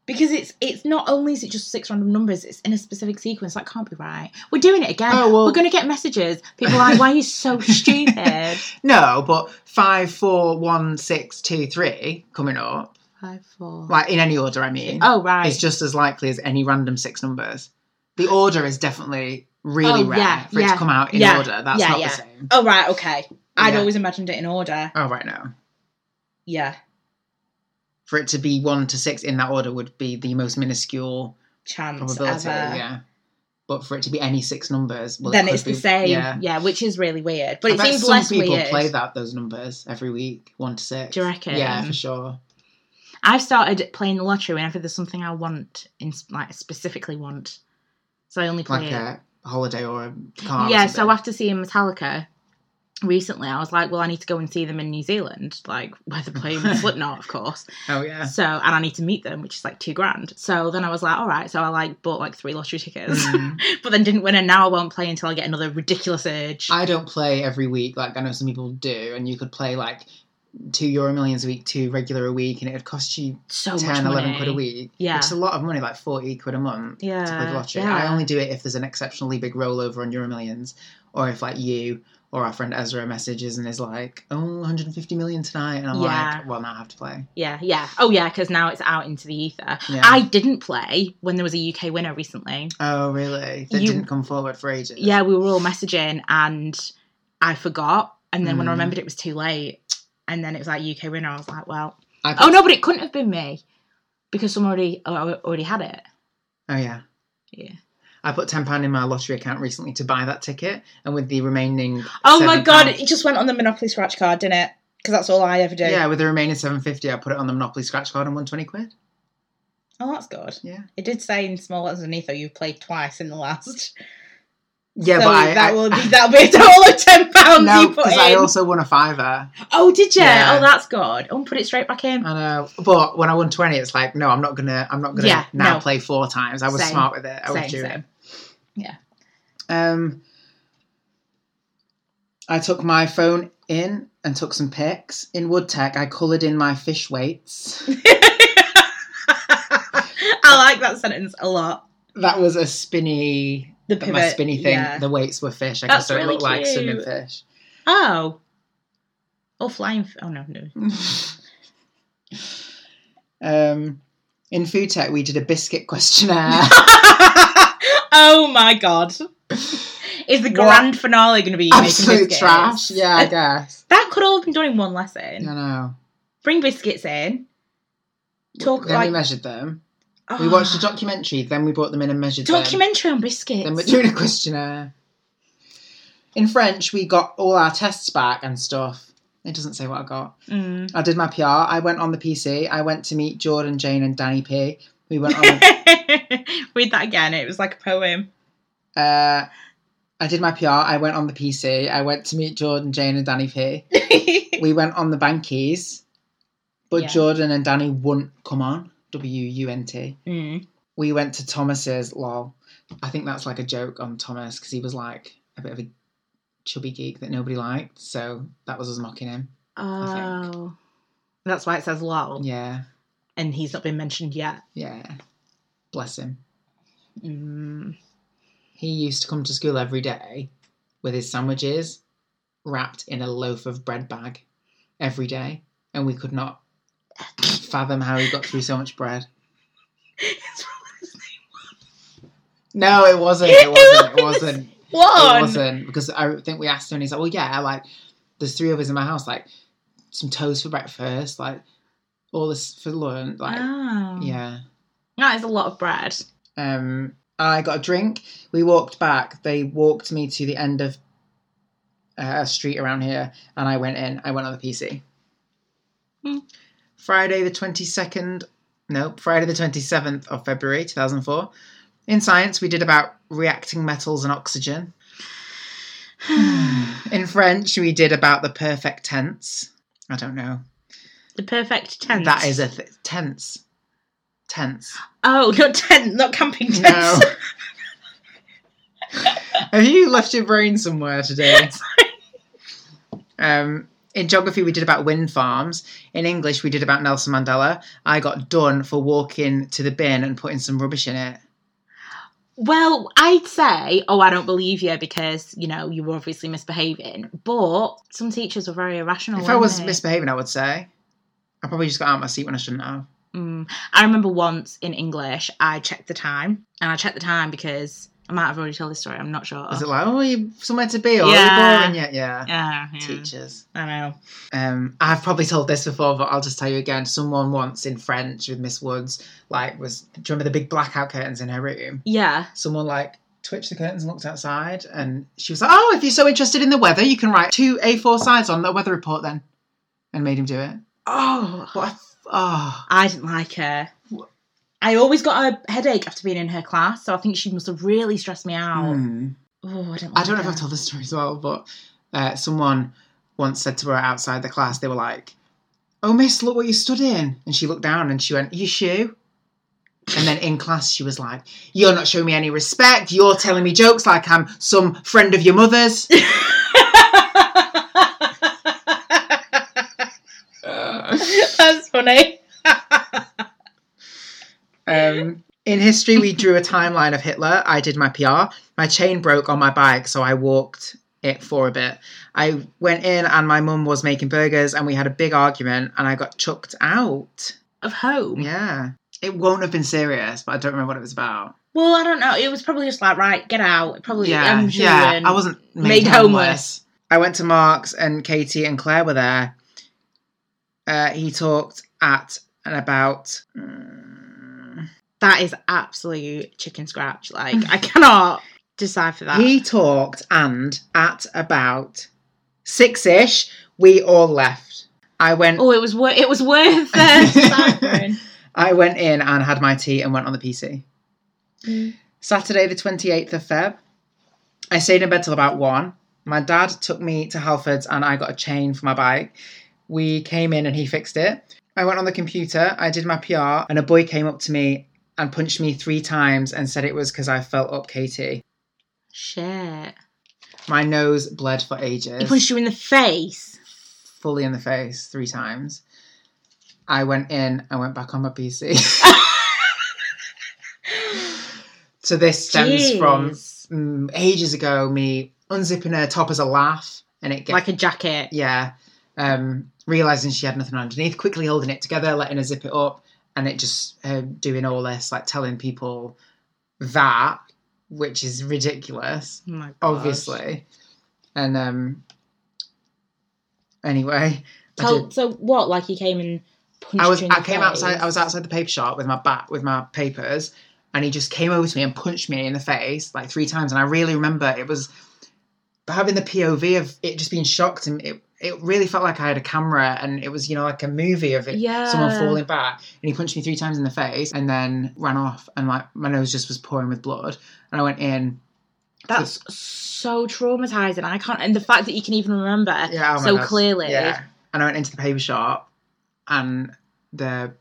Speaker 2: Because it's it's not only is it just six random numbers, it's in a specific sequence. That can't be right. We're doing it again.
Speaker 1: Oh, well-
Speaker 2: We're gonna get messages. People are like, why are you so stupid?
Speaker 1: No, but five, four, one, six, two, three coming up,
Speaker 2: Five, four.
Speaker 1: like in any order, I mean,
Speaker 2: oh right.
Speaker 1: is just as likely as any random six numbers. The order is definitely really
Speaker 2: Oh,
Speaker 1: rare
Speaker 2: yeah,
Speaker 1: for it
Speaker 2: yeah,
Speaker 1: to come out in
Speaker 2: yeah,
Speaker 1: order. That's
Speaker 2: yeah,
Speaker 1: not
Speaker 2: yeah.
Speaker 1: the same.
Speaker 2: oh right, okay. I'd
Speaker 1: Yeah.
Speaker 2: always imagined it in order.
Speaker 1: Oh, right now.
Speaker 2: Yeah.
Speaker 1: For it to be one to six in that order would be the most minuscule
Speaker 2: Chance
Speaker 1: probability.
Speaker 2: ever.
Speaker 1: Yeah. But for it to be any six numbers, well, it
Speaker 2: then
Speaker 1: could
Speaker 2: it's the
Speaker 1: be-
Speaker 2: same.
Speaker 1: Yeah.
Speaker 2: Yeah. which is really weird. But
Speaker 1: I
Speaker 2: it
Speaker 1: bet
Speaker 2: seems
Speaker 1: some
Speaker 2: less
Speaker 1: people
Speaker 2: weird.
Speaker 1: play that those numbers every week, one to six.
Speaker 2: Do you reckon?
Speaker 1: Yeah, for sure.
Speaker 2: I've started playing the lottery whenever there's something I want, in like specifically want. So I only play
Speaker 1: like
Speaker 2: it.
Speaker 1: a holiday or a car. or
Speaker 2: yeah. So
Speaker 1: something.
Speaker 2: after seeing Metallica recently, I was like, well, I need to go and see them in New Zealand, like where they're playing Slipknot, of course.
Speaker 1: oh yeah,
Speaker 2: So and I need to meet them, which is like two grand. So then I was like, all right. So I like bought like three lottery tickets,
Speaker 1: Mm.
Speaker 2: but then didn't win, and now I won't play until I get another ridiculous urge.
Speaker 1: I don't play every week like I know some people do, and you could play like two Euro Millions a week, two regular a week, and it would cost you
Speaker 2: so
Speaker 1: ten, eleven
Speaker 2: much
Speaker 1: 10,
Speaker 2: money.
Speaker 1: 11 quid a week.
Speaker 2: Yeah.
Speaker 1: which is a lot of money, like forty quid a month.
Speaker 2: Yeah.
Speaker 1: to play the lottery.
Speaker 2: yeah.
Speaker 1: I only do it if there's an exceptionally big rollover on Euro Millions, or if like you or our friend Ezra messages and is like, "Oh, 150 million tonight," and I'm
Speaker 2: Yeah.
Speaker 1: like, "Well, now I have to play."
Speaker 2: Yeah, yeah. Oh, yeah, because now it's out into the ether.
Speaker 1: Yeah.
Speaker 2: I didn't play when there was a UK winner recently.
Speaker 1: oh, really? That
Speaker 2: You-
Speaker 1: didn't come forward for ages.
Speaker 2: Yeah, we were all messaging and I forgot. And then when I
Speaker 1: Mm.
Speaker 2: remembered, it was too late. And then it was like UK winner. I was like, well,
Speaker 1: I
Speaker 2: oh no, but it couldn't have been me because someone already al- already had it.
Speaker 1: Oh yeah.
Speaker 2: Yeah.
Speaker 1: I put ten pound in my lottery account recently to buy that ticket, and with the remaining.
Speaker 2: Oh my
Speaker 1: £7
Speaker 2: god, it just went on the Monopoly scratch card, didn't it? Because that's all I ever do.
Speaker 1: Yeah, with the remaining seven fifty, I put it on the Monopoly scratch card and won twenty quid.
Speaker 2: Oh, that's good.
Speaker 1: Yeah.
Speaker 2: It did say in small letters underneath, though, you've played twice in the last.
Speaker 1: Yeah,
Speaker 2: so
Speaker 1: but I,
Speaker 2: that
Speaker 1: I,
Speaker 2: will be that'll be a total of ten pounds
Speaker 1: no,
Speaker 2: Oh, you put
Speaker 1: because
Speaker 2: in.
Speaker 1: I also won a fiver.
Speaker 2: Oh, did you?
Speaker 1: Yeah.
Speaker 2: Oh, that's good. Oh, put it straight back in.
Speaker 1: I know, uh, but when I won twenty, it's like no, I'm not gonna, I'm not gonna
Speaker 2: Yeah,
Speaker 1: now
Speaker 2: no.
Speaker 1: play four times. I was
Speaker 2: Same.
Speaker 1: smart with it. I
Speaker 2: same,
Speaker 1: was doing it.
Speaker 2: same.
Speaker 1: Um, I took my phone in and took some pics in Woodtech. I coloured in my fish weights.
Speaker 2: I like that sentence a lot.
Speaker 1: that was a spinny,
Speaker 2: The
Speaker 1: that
Speaker 2: pivot.
Speaker 1: my spinny thing.
Speaker 2: yeah.
Speaker 1: The weights were fish. I
Speaker 2: That's
Speaker 1: guess so
Speaker 2: really
Speaker 1: it looked like swimming
Speaker 2: cute.
Speaker 1: fish.
Speaker 2: Oh. Oh, flying. F- oh, no, no.
Speaker 1: um, in food tech, we did a biscuit questionnaire.
Speaker 2: oh, my God. Is the
Speaker 1: What?
Speaker 2: grand finale going to be you making
Speaker 1: Absolute
Speaker 2: biscuits?
Speaker 1: trash. Yeah, I guess.
Speaker 2: That could all have been done in one lesson.
Speaker 1: I know.
Speaker 2: Bring biscuits in. Talk
Speaker 1: Then
Speaker 2: like. ah,
Speaker 1: we measured them. We watched a documentary. Then we brought them in and measured them.
Speaker 2: documentary on biscuits.
Speaker 1: Then we're doing a questionnaire. In French, we got all our tests back and stuff. It doesn't say what I got.
Speaker 2: Mm.
Speaker 1: I did my PR. I went on the PC. I went to meet Jordan, Jane, and Danny P. We went on. a-
Speaker 2: Read that again. It was like a poem.
Speaker 1: uh, I did my PR. I went on the PC. I went to meet Jordan, Jane, and Danny P. We went on the Bankies, but
Speaker 2: Yeah.
Speaker 1: Jordan and Danny wouldn't come on. W U N T.
Speaker 2: Mm.
Speaker 1: we went to Thomas's. Lol, I think that's like a joke on Thomas because he was like a bit of a chubby geek that nobody liked. So that was us mocking him. I
Speaker 2: Oh. That's why it says lol.
Speaker 1: Yeah,
Speaker 2: and he's not been mentioned yet.
Speaker 1: yeah. Bless him.
Speaker 2: Mm.
Speaker 1: He used to come to school every day with his sandwiches wrapped in a loaf of bread bag every day, and we could not fathom how he got through so much bread. No, it wasn't. It wasn't. It wasn't. It
Speaker 2: One.
Speaker 1: wasn't because I think we asked him, and he's like, "Well, yeah, like there's three of us in my house, like some toast for breakfast, like all this for lunch, like
Speaker 2: Oh.
Speaker 1: yeah."
Speaker 2: That is a lot of bread.
Speaker 1: Um, I got a drink. We walked back. They walked me to the end of uh, a street around here, and I went in. I went on the PC.
Speaker 2: Hmm.
Speaker 1: Friday the twenty second. No, Friday the twenty seventh of February two thousand four. In science, we did about reacting metals and oxygen. Hmm. In French, we did about the perfect tense. I don't know.
Speaker 2: the perfect tent.
Speaker 1: That is a th- tense. Tense.
Speaker 2: Oh, not tent, not camping tent.
Speaker 1: No. Have you left your brain somewhere today? um, in geography, we did about wind farms. In English, we did about Nelson Mandela. I got done for walking to the bin and putting some rubbish in it.
Speaker 2: Well, I'd say, oh, I don't believe you because you know you were obviously misbehaving. But some teachers were very irrational.
Speaker 1: if I
Speaker 2: weren't
Speaker 1: was
Speaker 2: they?
Speaker 1: misbehaving, I would say. I probably just got out of my seat when I shouldn't have.
Speaker 2: Mm. I remember once in English, I checked the time, and I checked the time because I might have already told this story. I'm not sure.
Speaker 1: Is it like, oh, you somewhere to be? Or are
Speaker 2: Yeah.
Speaker 1: you boring yet? Yeah.
Speaker 2: yeah, yeah.
Speaker 1: Teachers.
Speaker 2: I know.
Speaker 1: Um, I've probably told this before, but I'll just tell you again. Someone once in French with Miss Woods, like, was do you remember the big blackout curtains in her room?
Speaker 2: Yeah.
Speaker 1: Someone like twitched the curtains and looked outside, and she was like, "Oh, if you're so interested in the weather, you can write two A4 sides on the weather report then," and made him do it.
Speaker 2: Oh,
Speaker 1: What a Oh,
Speaker 2: I didn't like her. I always got a headache after being in her class, so I think she must have really stressed me out.
Speaker 1: hmm.
Speaker 2: Oh, I don't. Like
Speaker 1: I don't know if
Speaker 2: her.
Speaker 1: I've told this story as well, but uh, someone once said to her outside the class, they were like, "Oh, Miss, look what you stood in," and she looked down and she went, "Your shoe." And then in class, she was like, "You're not showing me any respect. You're telling me jokes like I'm some friend of your mother's."
Speaker 2: That's funny.
Speaker 1: Um, in history, we drew a timeline of Hitler. I did my PR. My chain broke on my bike, so I walked it for a bit. I went in, and my mum was making burgers, and we had a big argument, and I got chucked out.
Speaker 2: Of home.
Speaker 1: Yeah. It won't have been serious, but I don't remember what it was about.
Speaker 2: Well, I don't know. It was probably just like, right, get out. Probably,
Speaker 1: yeah,
Speaker 2: I'm
Speaker 1: yeah.
Speaker 2: children.
Speaker 1: I wasn't made,
Speaker 2: made
Speaker 1: homeless. I went to Mark's and Katie and Claire were there. Uh, he talked at and about. mm,
Speaker 2: That is absolute chicken scratch. Like, I cannot decipher that.
Speaker 1: He talked and at about six ish. We all left. I went.
Speaker 2: oh, it was worth. It was worth uh, deciphering.
Speaker 1: I went in and had my tea and went on the PC.
Speaker 2: Mm.
Speaker 1: Saturday, the 28th of Feb. I stayed in bed till about one. My dad took me to Halford's and I got a chain for my bike. We came in and he fixed it. I went on the computer, I did my PR, and a boy came up to me and punched me three times and said it was because I felt up Katie.
Speaker 2: Shit.
Speaker 1: My nose bled for
Speaker 2: He
Speaker 1: ages,
Speaker 2: punched you in the face.
Speaker 1: fully in the face, three times. I went in, I went back on my PC. so this stems from
Speaker 2: Jeez.
Speaker 1: mm, ages ago me unzipping her top as a laugh and it gets
Speaker 2: like a jacket.
Speaker 1: yeah um realizing she had nothing underneath quickly holding it together letting her zip it up and it just her doing all this like telling people that which is ridiculous
Speaker 2: Oh my gosh.
Speaker 1: obviously and um anyway I did-
Speaker 2: So, so what? Like he came and punched
Speaker 1: I was
Speaker 2: you in the
Speaker 1: I came
Speaker 2: face?
Speaker 1: outside I was outside the paper shop with my bat with my papers and he just came over to me and punched me in the face like three times and I really remember it was having the POV of it just being shocked and it it really felt like I had a camera and it was you know like a movie of it
Speaker 2: Yeah.
Speaker 1: someone falling back and he punched me three times in the face and then ran off and like my nose just was pouring with blood and I went in
Speaker 2: That's so traumatizing. I can't, and the fact that you can even remember.
Speaker 1: yeah oh my
Speaker 2: So
Speaker 1: God.
Speaker 2: clearly.
Speaker 1: yeah and I went into the paper shop and the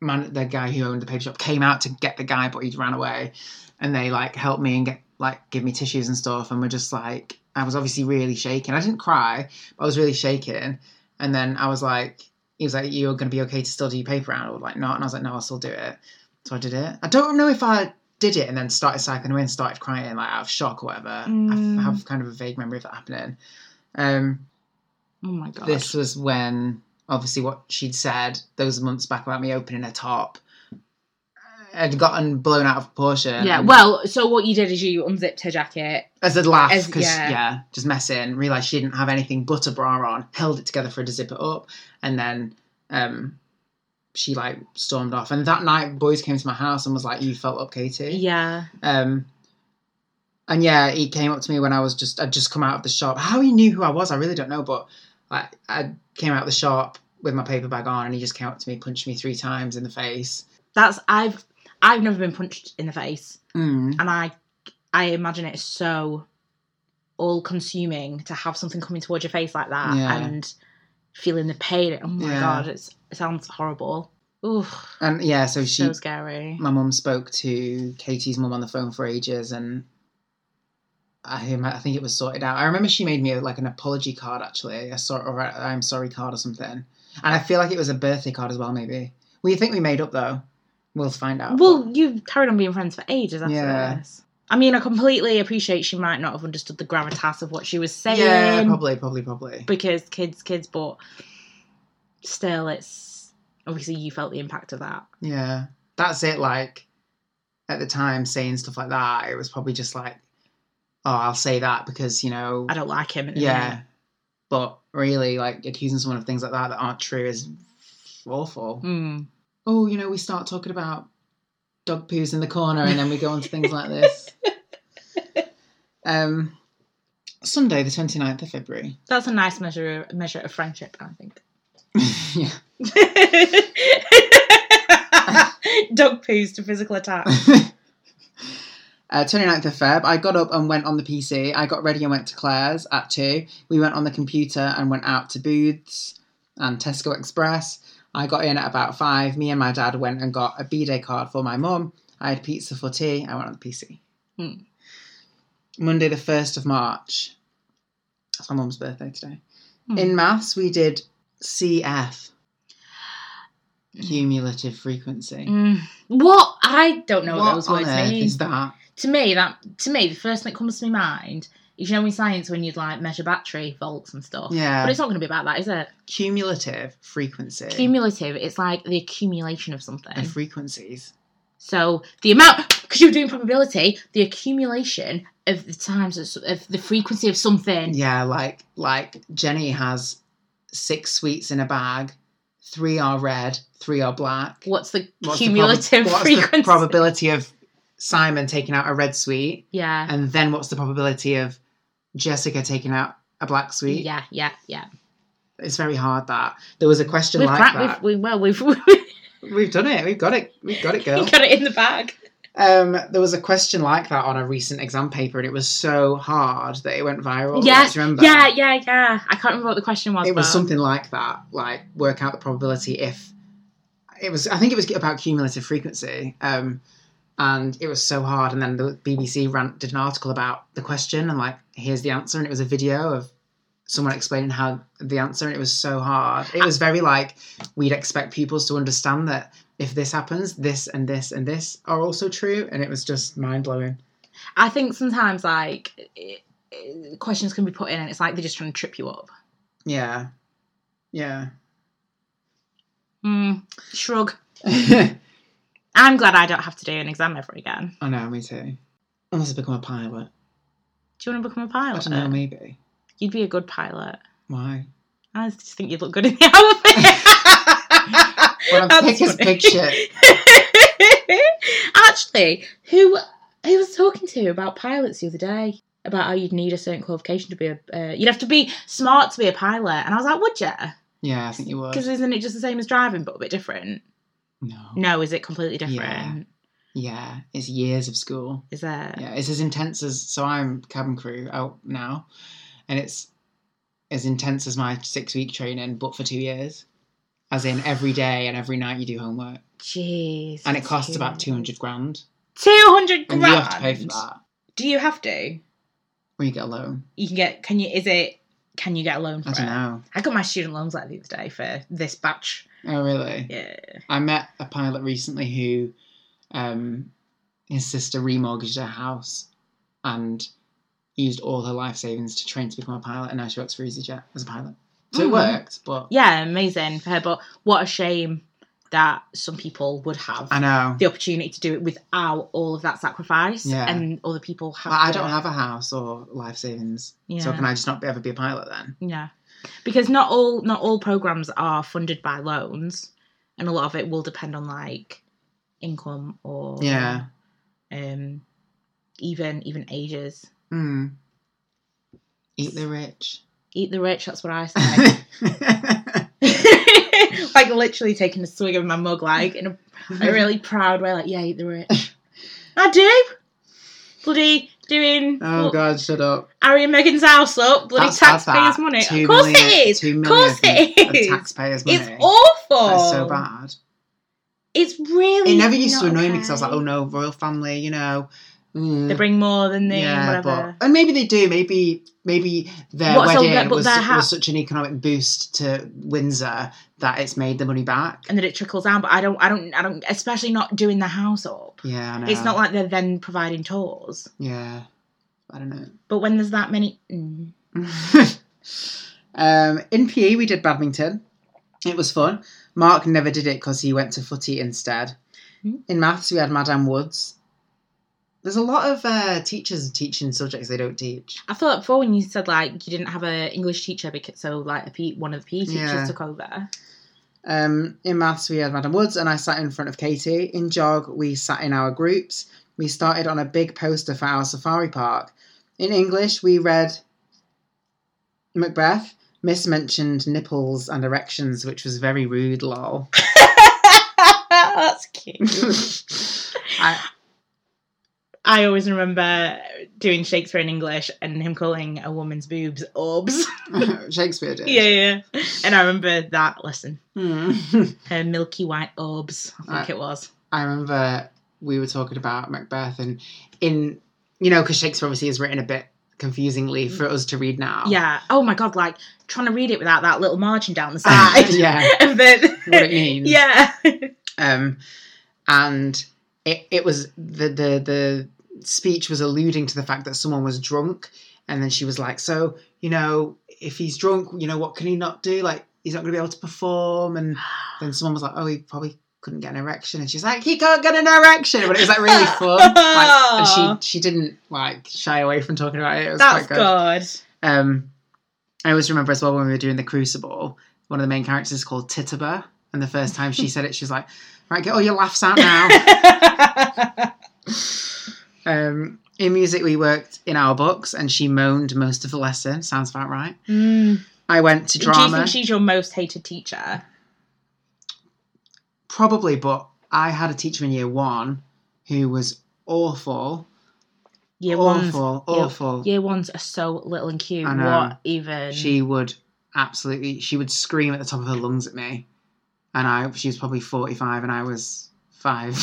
Speaker 1: man the guy who owned the paper shop came out to get the guy but he'd ran away and they like helped me and get like give me tissues and stuff and we're just like I was obviously really shaking I didn't cry but I was really shaking and then I was like he was like you're gonna be okay to still do your paper round or like not and I was like no I'll still do it so I did it I don't know if I did it and then started cycling away and started crying like out of shock or whatever I
Speaker 2: Mm.
Speaker 1: f- have kind of a vague memory of that happening um
Speaker 2: Oh my god.
Speaker 1: this was when obviously what she'd said those months back about me opening her top uh, had gotten blown out of proportion.
Speaker 2: yeah.
Speaker 1: and-
Speaker 2: Well, so what you did is you unzipped her jacket.
Speaker 1: as a laugh
Speaker 2: as-
Speaker 1: because yeah.
Speaker 2: yeah.
Speaker 1: just messing. Realised she didn't have anything but a bra on. Held it together for her to zip it up, and then um, she like stormed off. And that night, boys came to my house and was like, "You felt up, Katie."
Speaker 2: Yeah.
Speaker 1: Um, and yeah, he came up to me when I was just I'd just come out of the shop. How he knew who I was, I really don't know, but I I came out of the shop with my paper bag on, and he just came up to me, punched me three times in the face.
Speaker 2: That's I've I've never been punched in the face,
Speaker 1: Mm.
Speaker 2: and I I imagine it's so all consuming to have something coming towards your face like that
Speaker 1: Yeah.
Speaker 2: and feeling the pain. Oh my
Speaker 1: Yeah.
Speaker 2: god, it's it sounds horrible. Oof,
Speaker 1: And yeah, so she,
Speaker 2: so scary.
Speaker 1: my mum spoke to Katie's mum on the phone for ages, and I, I think it was sorted out. I remember she made me like an apology card, actually, a sort or a I'm sorry card or something. And I feel like it was a birthday card as well, maybe. We think we made up though. We'll find out.
Speaker 2: Well, you've carried on being friends for ages after
Speaker 1: Yeah.
Speaker 2: this. I mean, I completely appreciate she might not have understood the gravitas of what she was saying
Speaker 1: yeah, probably, probably, probably.
Speaker 2: because kids, kids, but still, it's obviously you felt the impact of that.
Speaker 1: Yeah, that's it. Like at the time, saying stuff like that, it was probably just like, "Oh, I'll say that because you know."
Speaker 2: I don't like him. at the
Speaker 1: yeah, but really, like accusing someone of things like that that aren't true is awful.
Speaker 2: minute.
Speaker 1: Oh, you know, we start talking about dog poos in the corner, and then we go on to things like this. Um, Sunday, the 29th of February.
Speaker 2: Mm. That's a nice measure measure of friendship, I think.
Speaker 1: Yeah.
Speaker 2: Dog poos to physical attack.
Speaker 1: Uh, 29th of Feb, I got up and went on the PC. I got ready and went to Claire's at 2. We went on the computer and went out to Booths and Tesco Express. I got in at about 5. Me and my dad went and got a B-Day card for my mum. I had pizza for tea. I went on the PC.
Speaker 2: Hmm.
Speaker 1: Monday, the 1st of March. That's my mum's birthday today.
Speaker 2: Hmm.
Speaker 1: In maths, we did CF,
Speaker 2: Hmm.
Speaker 1: cumulative frequency.
Speaker 2: Mm. What? I don't know what,
Speaker 1: what
Speaker 2: those
Speaker 1: on
Speaker 2: words
Speaker 1: earth
Speaker 2: mean.
Speaker 1: is that?
Speaker 2: to me that to me the first thing that comes to my mind is you know in science when you'd like measure battery volts and stuff
Speaker 1: Yeah.
Speaker 2: but it's not going to be about that is it
Speaker 1: cumulative frequency
Speaker 2: cumulative it's like the accumulation of something
Speaker 1: and frequencies.
Speaker 2: so the amount because you're doing probability the accumulation of the times of, of the frequency of something
Speaker 1: Yeah, like like Jenny has six sweets in a bag. Three are red, three are black.
Speaker 2: what's the
Speaker 1: What's the prob-
Speaker 2: cumulative
Speaker 1: what's the
Speaker 2: frequency
Speaker 1: probability of Simon taking out a red sweet,
Speaker 2: yeah
Speaker 1: and then what's the probability of Jessica taking out a black sweet?
Speaker 2: yeah yeah yeah
Speaker 1: It's very hard. That there was a question
Speaker 2: we've,
Speaker 1: like
Speaker 2: pra-
Speaker 1: that.
Speaker 2: we've, we well we've, we've
Speaker 1: We've, done it. We've got it. We've got it, girl.
Speaker 2: got it in the bag
Speaker 1: Um, there was a question like that on a recent exam paper, and it was so hard that it went viral. Do you
Speaker 2: yeah
Speaker 1: remember?
Speaker 2: yeah yeah yeah i can't remember what the question was
Speaker 1: it was
Speaker 2: but-
Speaker 1: something like that like work out the probability if it was i think it was about cumulative frequency um and it was so hard and then the bbc ran did an article about the question and like here's the answer and it was a video of someone explaining how the answer and it was so hard it was very like we'd expect pupils to understand that if this happens this and this and this are also true and it was just mind-blowing
Speaker 2: I think sometimes like it, it- questions can be put in, and it's like they're just trying to trip you up.
Speaker 1: yeah yeah
Speaker 2: Mm, shrug.
Speaker 1: i
Speaker 2: I'm glad I don't have to do an exam ever again.
Speaker 1: know Oh, me too unless i become a pilot
Speaker 2: Do you want to become a
Speaker 1: i
Speaker 2: pilot?
Speaker 1: don't know maybe
Speaker 2: You'd be a good pilot.
Speaker 1: Why?
Speaker 2: I just think you'd look good in the outfit.
Speaker 1: Well, I'm
Speaker 2: That's
Speaker 1: thick as
Speaker 2: funny.
Speaker 1: pig shit.
Speaker 2: Actually, who who was talking to about pilots the other day about how you'd need a certain qualification to be a uh, you'd have to be smart to be a pilot, and I was like, would you?
Speaker 1: Yeah, I think you would.
Speaker 2: Because isn't it just the same as driving but a bit different?
Speaker 1: No.
Speaker 2: No, is it completely different?
Speaker 1: Yeah. Yeah, it's years of school.
Speaker 2: Is that?
Speaker 1: Yeah, it's as intense as. So I'm cabin crew out now, and it's as intense as my six week training, but for two years. As in, every day and every night you do homework,
Speaker 2: Jeez.
Speaker 1: and it costs about two hundred grand,
Speaker 2: Two hundred
Speaker 1: and
Speaker 2: grand.
Speaker 1: you have to pay for that
Speaker 2: Do you have to?
Speaker 1: when you get a loan.
Speaker 2: You can get. Can you? Is it? Can you get a loan for
Speaker 1: I don't
Speaker 2: it?
Speaker 1: know.
Speaker 2: I got my student loans like the other day for this batch.
Speaker 1: Oh, really?
Speaker 2: Yeah.
Speaker 1: I met a pilot recently who um, his sister remortgaged her house and used all her life savings to train to become a pilot, and now she works for EasyJet as a pilot. So it
Speaker 2: Mm.
Speaker 1: worked, but
Speaker 2: Yeah, amazing for her. But what a shame that some people would have
Speaker 1: I know.
Speaker 2: the opportunity to do it without all of that sacrifice,
Speaker 1: Yeah.
Speaker 2: and other people have.
Speaker 1: But I
Speaker 2: to-
Speaker 1: don't have a house or life savings,
Speaker 2: Yeah.
Speaker 1: so can I just not be, ever be a pilot then?
Speaker 2: Yeah, because not all not all programs are funded by loans, and a lot of it will depend on like income or
Speaker 1: Yeah.
Speaker 2: um, even even ages.
Speaker 1: Hmm. Eat the rich.
Speaker 2: Eat the rich. That's what I say. like literally taking a swig of my mug, like in a, a really proud way, like yeah, eat the rich. I do. Bloody doing
Speaker 1: oh
Speaker 2: well,
Speaker 1: God, shut up!
Speaker 2: Harry and Meghan's house up. Bloody
Speaker 1: That's bad,
Speaker 2: taxpayers'
Speaker 1: that.
Speaker 2: money.
Speaker 1: Two
Speaker 2: Of course
Speaker 1: million-
Speaker 2: it is.
Speaker 1: Two
Speaker 2: Of
Speaker 1: million
Speaker 2: course
Speaker 1: of-
Speaker 2: it
Speaker 1: of
Speaker 2: is.
Speaker 1: taxpayers' money.
Speaker 2: It's awful.
Speaker 1: That's so bad.
Speaker 2: It's really.
Speaker 1: It never used to
Speaker 2: not
Speaker 1: annoy me because I was like,
Speaker 2: okay.
Speaker 1: oh no, royal family, you know.
Speaker 2: They
Speaker 1: mm,
Speaker 2: bring more than they whatever.
Speaker 1: but and maybe they do. Maybe maybe their
Speaker 2: What's all
Speaker 1: wedding
Speaker 2: that- but
Speaker 1: was,
Speaker 2: their ha-
Speaker 1: was such an economic boost to Windsor that it's made the money back.
Speaker 2: and then it trickles down. But I don't, I don't, I don't. Especially not doing the house up.
Speaker 1: Yeah, I know.
Speaker 2: It's not like they're then providing tours.
Speaker 1: yeah, I don't know.
Speaker 2: But when there's that many, mm.
Speaker 1: um, in PE we did badminton. It was fun. Mark never did it because he went to footy instead.
Speaker 2: Hmm.
Speaker 1: In maths we had Madame Woods. There's a lot of uh, teachers teaching subjects they don't teach.
Speaker 2: I thought before when you said like you didn't have a English teacher because so like a P, one of the PE teachers
Speaker 1: Yeah.
Speaker 2: took over.
Speaker 1: Um, in maths, we had Madam Woods, and I sat in front of Katie. In jog, we sat in our groups. We started on a big poster for our safari park. In English, we read Macbeth. Miss mentioned nipples and erections, which was very rude, lol.
Speaker 2: That's cute.
Speaker 1: I,
Speaker 2: I always remember doing Shakespeare in English and him calling a woman's boobs orbs.
Speaker 1: Shakespeare did.
Speaker 2: yeah, yeah. yeah. And I remember that lesson.
Speaker 1: Hmm.
Speaker 2: Her milky white orbs, I think it was.
Speaker 1: I remember we were talking about Macbeth, and in you know, because Shakespeare obviously is written a bit confusingly for us to read now.
Speaker 2: Yeah. Oh my god, like trying to read it without that little margin down the side.
Speaker 1: Yeah.
Speaker 2: And then
Speaker 1: what it means.
Speaker 2: Yeah.
Speaker 1: Um, and it, it was the, the the speech was alluding to the fact that someone was drunk, and then she was like, "So you know, if he's drunk, you know, what can he not do? Like, he's not going to be able to perform." And then someone was like, "Oh, he probably." Couldn't get an erection, and she's like, "He can't get an erection," but it was like really fun. Like, and she she didn't like shy away from talking about it. It was
Speaker 2: That's
Speaker 1: quite good.
Speaker 2: good.
Speaker 1: Um, I always remember as well when we were doing the Crucible, one of the main characters is called Tituba, and the first time she said it, she's like, "Right, get all your laughs out now." um, in music, we worked in our books, and she moaned most of the lesson. Sounds about right.
Speaker 2: Mm.
Speaker 1: I went to
Speaker 2: Do you
Speaker 1: drama,
Speaker 2: think she's your most hated teacher?
Speaker 1: probably, but I had a teacher in year one who was awful,
Speaker 2: Year ones.
Speaker 1: awful,
Speaker 2: year-
Speaker 1: awful.
Speaker 2: Year ones are so little and cute.
Speaker 1: I know.
Speaker 2: What even?
Speaker 1: She would absolutely. She would scream at the top of her lungs at me, and I. She was probably forty-five, and I was five.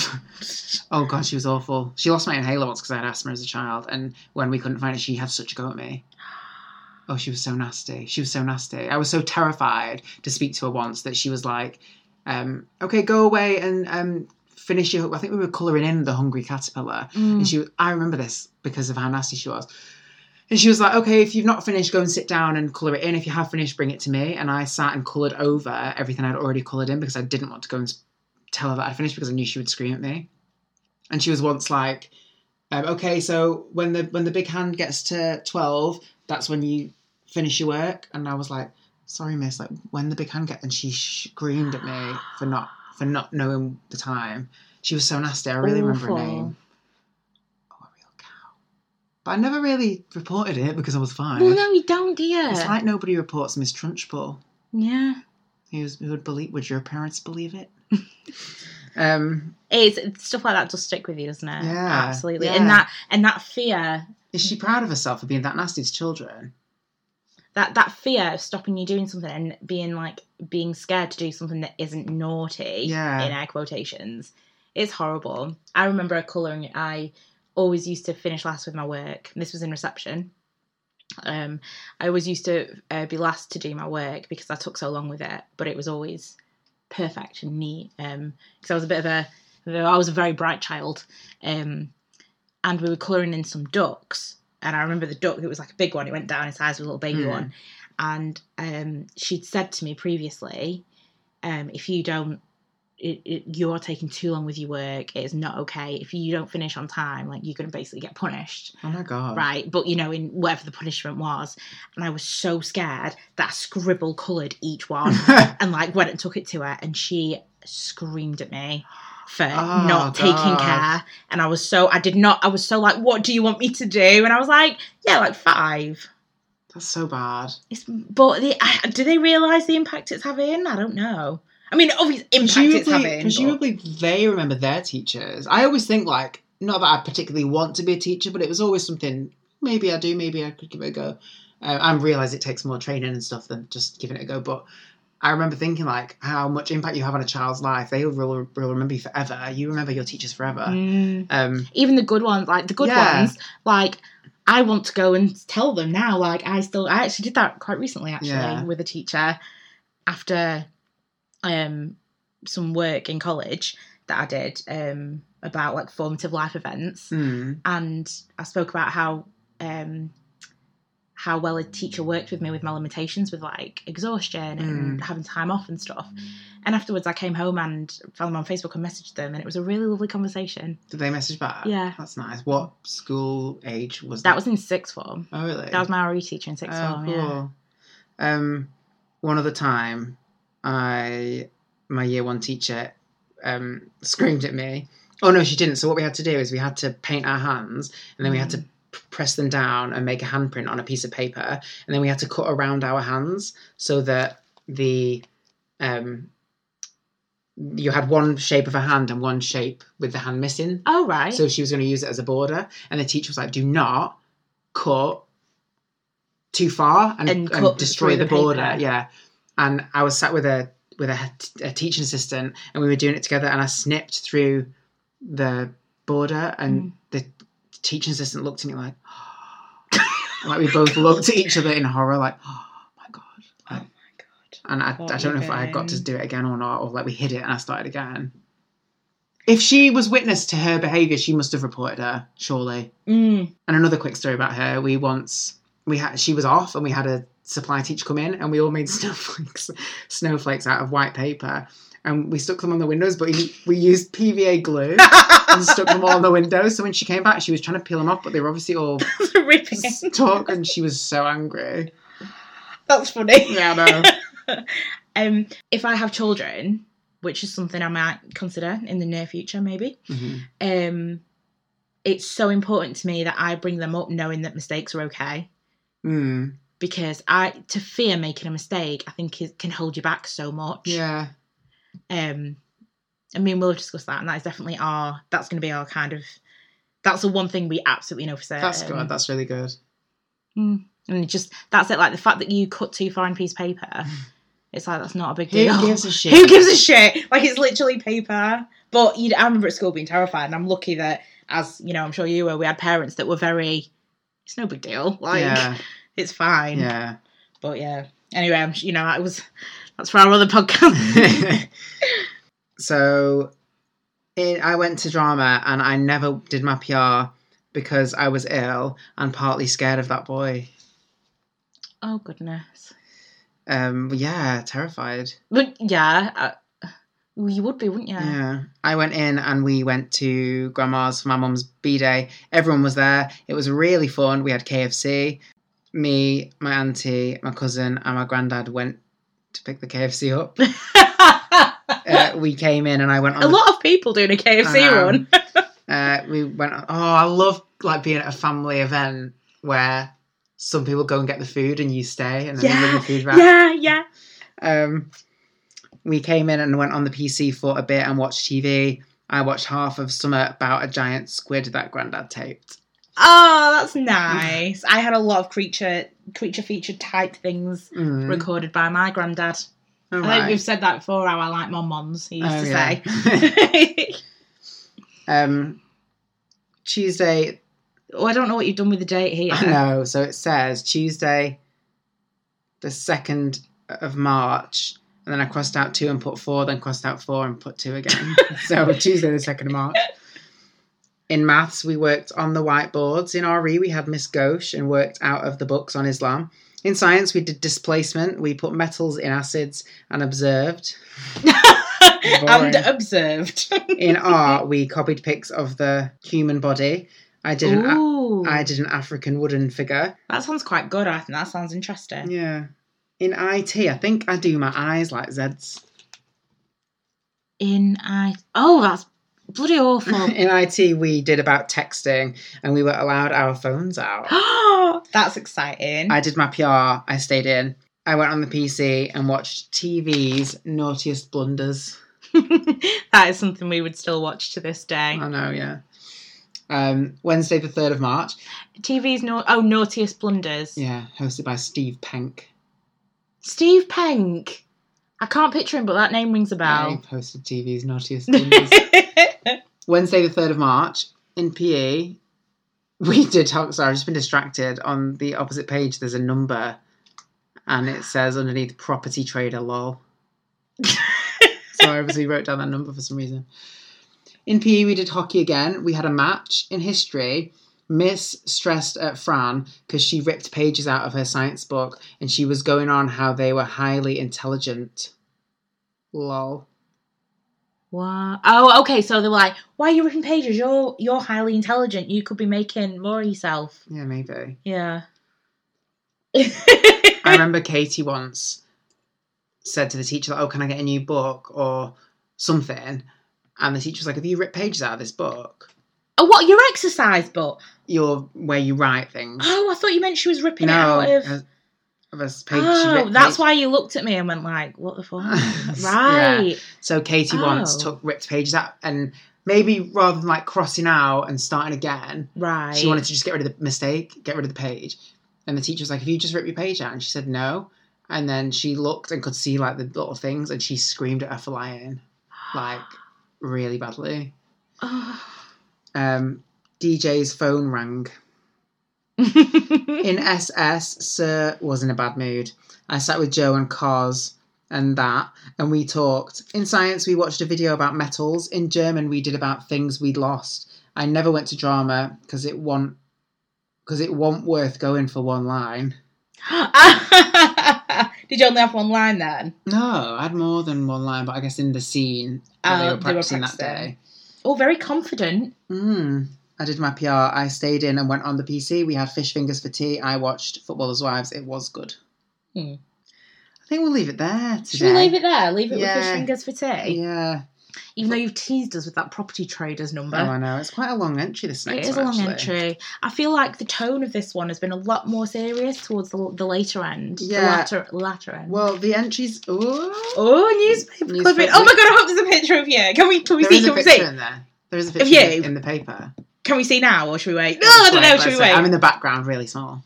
Speaker 1: oh god, she was awful. She lost my inhaler once because I had asthma as a child, and when we couldn't find it, she had such a go at me. Oh, she was so nasty. She was so nasty. I was so terrified to speak to her once that she was like, um, "Okay, go away and um, finish your." I think we were colouring in the hungry caterpillar, and
Speaker 2: Mm.
Speaker 1: she, was- I remember this because of how nasty she was. And she was like, okay, if you've not finished, go and sit down and colour it in. If you have finished, bring it to me. And I sat and coloured over everything I'd already coloured in because I didn't want to go and s- tell her that I'd finished because I knew she would scream at me. And she was once like, um, okay, so when the when the big hand gets to 12, that's when you finish your work. And I was like, sorry, miss, like when the big hand gets, and she screamed at me for not for not knowing the time. She was so nasty. I really remember her
Speaker 2: Awful.
Speaker 1: name. Oh, a real cow. But I never really reported it because I was fine.
Speaker 2: Well, no, you don't, do you?
Speaker 1: It's like nobody reports Miss Trunchbull.
Speaker 2: yeah.
Speaker 1: Who who would believe? Would your parents believe it? um,
Speaker 2: It's, it's stuff like that does stick with you, doesn't it?
Speaker 1: Yeah,
Speaker 2: Absolutely.
Speaker 1: yeah.
Speaker 2: And that and that fear,
Speaker 1: is she proud of herself for being that nasty to children?
Speaker 2: that that fear of stopping you doing something and being like being scared to do something that isn't naughty
Speaker 1: Yeah.
Speaker 2: in air quotations it's horrible i remember a colouring i always used to finish last with my work this was in reception um i always used to uh, be last to do my work because i took so long with it but it was always perfect and neat um because i was a bit of a i was a very bright child um and we were colouring in some ducks. And I remember the duck, it was like a big one, it went down in size, a little baby
Speaker 1: Hmm.
Speaker 2: one. And um, she'd said to me previously, um, if you don't, it, it, you're taking too long with your work, it's not okay. If you don't finish on time, like you're going to basically get punished,
Speaker 1: Oh my god!
Speaker 2: right? But you know, in whatever the punishment was. And I was so scared that I scribble coloured each one and like went and took it to her and she screamed at me for not taking
Speaker 1: God.
Speaker 2: care and i was so i did not i was so like what do you want me to do and i was like yeah like five
Speaker 1: That's so bad.
Speaker 2: it's but they I, do they realize the impact it's having i don't know i mean obviously impact it's
Speaker 1: Presumably,
Speaker 2: having
Speaker 1: presumably they remember their teachers. I always think like, not that I particularly want to be a teacher, but it was always something. Maybe I do. Maybe I could give it a go. Uh, I realize it takes more training and stuff than just giving it a go. But I remember thinking like, how much impact you have on a child's life. They will, will remember you forever. You remember your teachers forever.
Speaker 2: but- Mm.
Speaker 1: Um,
Speaker 2: even the good ones like the good
Speaker 1: Yeah.
Speaker 2: ones like i want to go and tell them now like i still i actually did that quite recently actually
Speaker 1: Yeah.
Speaker 2: with a teacher after um some work in college that i did um about like formative life events
Speaker 1: hmm.
Speaker 2: and i spoke about how um how well a teacher worked with me with my limitations with like exhaustion and
Speaker 1: Mm.
Speaker 2: having time off and stuff and afterwards i came home and found them on facebook and messaged them and it was a really lovely conversation
Speaker 1: Did they message back?
Speaker 2: Yeah.
Speaker 1: That's nice. What school age was that?
Speaker 2: that was in sixth form
Speaker 1: oh, really?
Speaker 2: That was my RE teacher in sixth form. Yeah.
Speaker 1: Oh, Um, one other time, I my year one teacher um, screamed at me. Oh no, she didn't. So what we had to do is we had to paint our hands, and then we had to p- press them down, and make a handprint on a piece of paper. And then we had to cut around our hands so that the um, you had one shape of a hand and one shape with the hand missing.
Speaker 2: Oh right.
Speaker 1: So she was going to use it as a border, and the teacher was like, "Do not cut too far and,
Speaker 2: And
Speaker 1: and
Speaker 2: cut
Speaker 1: destroy
Speaker 2: through
Speaker 1: the,
Speaker 2: the
Speaker 1: border."
Speaker 2: paper.
Speaker 1: Yeah, and I was sat with a with a, a teaching assistant, and we were doing it together, and I snipped through the border,
Speaker 2: Mm.
Speaker 1: and the teaching assistant looked at me like, and, like we both looked at each other in horror, like, "Oh my god!"
Speaker 2: oh my god.
Speaker 1: And I,
Speaker 2: What
Speaker 1: I don't know if I got to
Speaker 2: even?
Speaker 1: do it again or not, or like we hid it and I started again. If she was witness to her behaviour, she must have reported her, surely.
Speaker 2: Mm.
Speaker 1: And another quick story about her: we once we had she was off, and we had a supply teacher come in, and we all made snowflakes snowflakes out of white paper, and we stuck them on the windows, but we, we used PVA glue and stuck them all on the windows. So when she came back, she was trying to peel them off, but they were obviously all
Speaker 2: Ripping.
Speaker 1: stuck, and she was so angry.
Speaker 2: That's funny.
Speaker 1: Yeah, I know.
Speaker 2: Um, if I have children, which is something I might consider in the near future, maybe.
Speaker 1: Mhm.
Speaker 2: Um, it's so important to me that I bring them up knowing that mistakes are okay.
Speaker 1: Mm.
Speaker 2: Because I to fear making a mistake, I think it can hold you back so much.
Speaker 1: Yeah.
Speaker 2: um I mean we'll discuss that and that is definitely our that's gonna be our kind of that's the one thing we absolutely know for certain.
Speaker 1: That's good. That's really good.
Speaker 2: and it just that's it, like the fact that you cut too far on a piece of paper, it's like that's not a big
Speaker 1: Who
Speaker 2: deal.
Speaker 1: gives a shit?
Speaker 2: Who gives a shit? Like it's literally paper. But you know, I remember at school being terrified and I'm lucky that as you know, I'm sure you were, we had parents that were very it's no big deal. Like
Speaker 1: yeah.
Speaker 2: it's fine.
Speaker 1: Yeah.
Speaker 2: But yeah. Anyway, I'm you know, I was that's for our other podcast.
Speaker 1: so it, I went to drama and I never did my PR because I was ill and partly scared of that boy.
Speaker 2: oh goodness.
Speaker 1: Um, yeah, terrified.
Speaker 2: But yeah, I, well, you would be, wouldn't you?
Speaker 1: Yeah. Uh, I went in and we went to grandma's for my mum's B day. Everyone was there. It was really fun. We had KFC. Me, my auntie, my cousin, and my granddad went to pick the KFC up. Uh, we came in and I went on
Speaker 2: a
Speaker 1: the
Speaker 2: lot of people doing a KFC
Speaker 1: I know.
Speaker 2: run.
Speaker 1: uh, we went. Oh, I love like being at a family event where some people go and get the food and you stay and then you bring the food back.
Speaker 2: yeah, yeah.
Speaker 1: Um, we came in and went on the PC for a bit and watched TV. I watched half of Summer about a giant squid that Grandad taped.
Speaker 2: Oh, that's nice. I had a lot of creature creature feature type things
Speaker 1: Mm,
Speaker 2: recorded by my granddad.
Speaker 1: all
Speaker 2: I think
Speaker 1: right.
Speaker 2: we've said that before. How I like my moms. He used
Speaker 1: Oh,
Speaker 2: to
Speaker 1: yeah.
Speaker 2: say.
Speaker 1: Um, Tuesday.
Speaker 2: oh, I don't know what you've done with the date here.
Speaker 1: I know. So it says Tuesday, the second of March. And then I crossed out two and put four, then crossed out four and put two again. so Tuesday, the 2nd of March. In maths, we worked on the whiteboards. In RE, we had Miss Ghosh and worked out of the books on Islam. In science, we did displacement. We put metals in acids and observed.
Speaker 2: and
Speaker 1: Boring.
Speaker 2: observed.
Speaker 1: In art, we copied pics of the human body. I did an, a-
Speaker 2: Ooh,
Speaker 1: I did an African wooden figure.
Speaker 2: that sounds quite good. I think that sounds interesting.
Speaker 1: Yeah. In IT, I think I do my eyes like Zeds.
Speaker 2: In I. Oh, that's bloody awful.
Speaker 1: In IT, we did about texting and we were allowed our phones out.
Speaker 2: That's exciting.
Speaker 1: I did my PR, I stayed in. I went on the PC and watched TV's Naughtiest Blunders.
Speaker 2: that is something we would still watch to this day.
Speaker 1: I know, yeah. Um, Wednesday, the 3rd of March.
Speaker 2: TV's no oh naughtiest blunders.
Speaker 1: Yeah, hosted by Steve Penk.
Speaker 2: Steve Penk. I can't picture him, but that name rings a
Speaker 1: He
Speaker 2: bell.
Speaker 1: posted TV's Naughtiest Blunders. Wednesday, the 3rd of March, in PE, we did talk. Sorry, I've just been distracted. On the opposite page, there's a number and it says underneath property trader lol. so I obviously wrote down that number for some reason. In PE, we did hockey again. We had a match in history. Miss stressed at Fran because she ripped pages out of her science book and she was going on how they were highly intelligent. Lol.
Speaker 2: wow. Oh, okay. So they were like, "Why are you ripping pages? You're you're highly intelligent. You could be making more of yourself."
Speaker 1: Yeah, maybe.
Speaker 2: Yeah. Oh,
Speaker 1: I remember Katie once said to the teacher, like, "Oh, can I get a new book or something?" And the teacher was like, "Have you ripped pages out of this book?"
Speaker 2: oh, what your exercise book?
Speaker 1: your where you write things.
Speaker 2: Oh, I thought you meant she was ripping it
Speaker 1: no,
Speaker 2: out of.
Speaker 1: of, of a page.
Speaker 2: oh,
Speaker 1: ripped
Speaker 2: that's
Speaker 1: page.
Speaker 2: why you looked at me and went like, "What the fuck?"
Speaker 1: Yeah.
Speaker 2: right.
Speaker 1: So Katie once
Speaker 2: Oh.
Speaker 1: took ripped pages out and maybe rather than like crossing out and starting again,
Speaker 2: Right.
Speaker 1: she wanted to just get rid of the mistake, get rid of the page. And the teacher was like, Have you just ripped your page out? And she said no. And then she looked and could see like the little things and she screamed at her for lying. Like really badly. Um DJ's phone rang. In SS, Sir was in a bad mood. I sat with Joe and Cos and that, and we talked. In science, we watched a video about metals. In German, we did about things we'd lost. I never went to drama because it won't because it won't worth going for one line.
Speaker 2: Did you only have one line then?
Speaker 1: No, I had more than one line, but I guess in the scene that
Speaker 2: Oh,
Speaker 1: Ah, they were practicing that day.
Speaker 2: Oh, very confident.
Speaker 1: Mm. I did my PR. I stayed in and went on the PC. We had fish fingers for tea. I watched Footballers' Wives. It was good.
Speaker 2: Hmm.
Speaker 1: I think we'll leave it there today.
Speaker 2: Should we leave it there? Leave it with
Speaker 1: Yeah.
Speaker 2: fish fingers for tea.
Speaker 1: Yeah.
Speaker 2: Even though you've teased us with that property traders number.
Speaker 1: Oh, I know. It's quite a long entry, this
Speaker 2: It
Speaker 1: next
Speaker 2: is a
Speaker 1: one,
Speaker 2: long
Speaker 1: actually.
Speaker 2: entry. I feel like the tone of this one has been a lot more serious towards the, the later end. The
Speaker 1: Yeah.
Speaker 2: latter, latter end.
Speaker 1: Well, the entries. Ooh.
Speaker 2: oh, newspaper,
Speaker 1: Newspaper.
Speaker 2: clipping. Oh my god, I hope there's a picture of you. Can we, can we
Speaker 1: There
Speaker 2: see?
Speaker 1: is a
Speaker 2: Can we
Speaker 1: picture
Speaker 2: see?
Speaker 1: in there. There is a
Speaker 2: Of
Speaker 1: picture
Speaker 2: you.
Speaker 1: in the paper.
Speaker 2: Can we see now or should we wait? No, I don't know.
Speaker 1: Let's
Speaker 2: Should we
Speaker 1: wait. I'm
Speaker 2: wait?
Speaker 1: in the background, really small.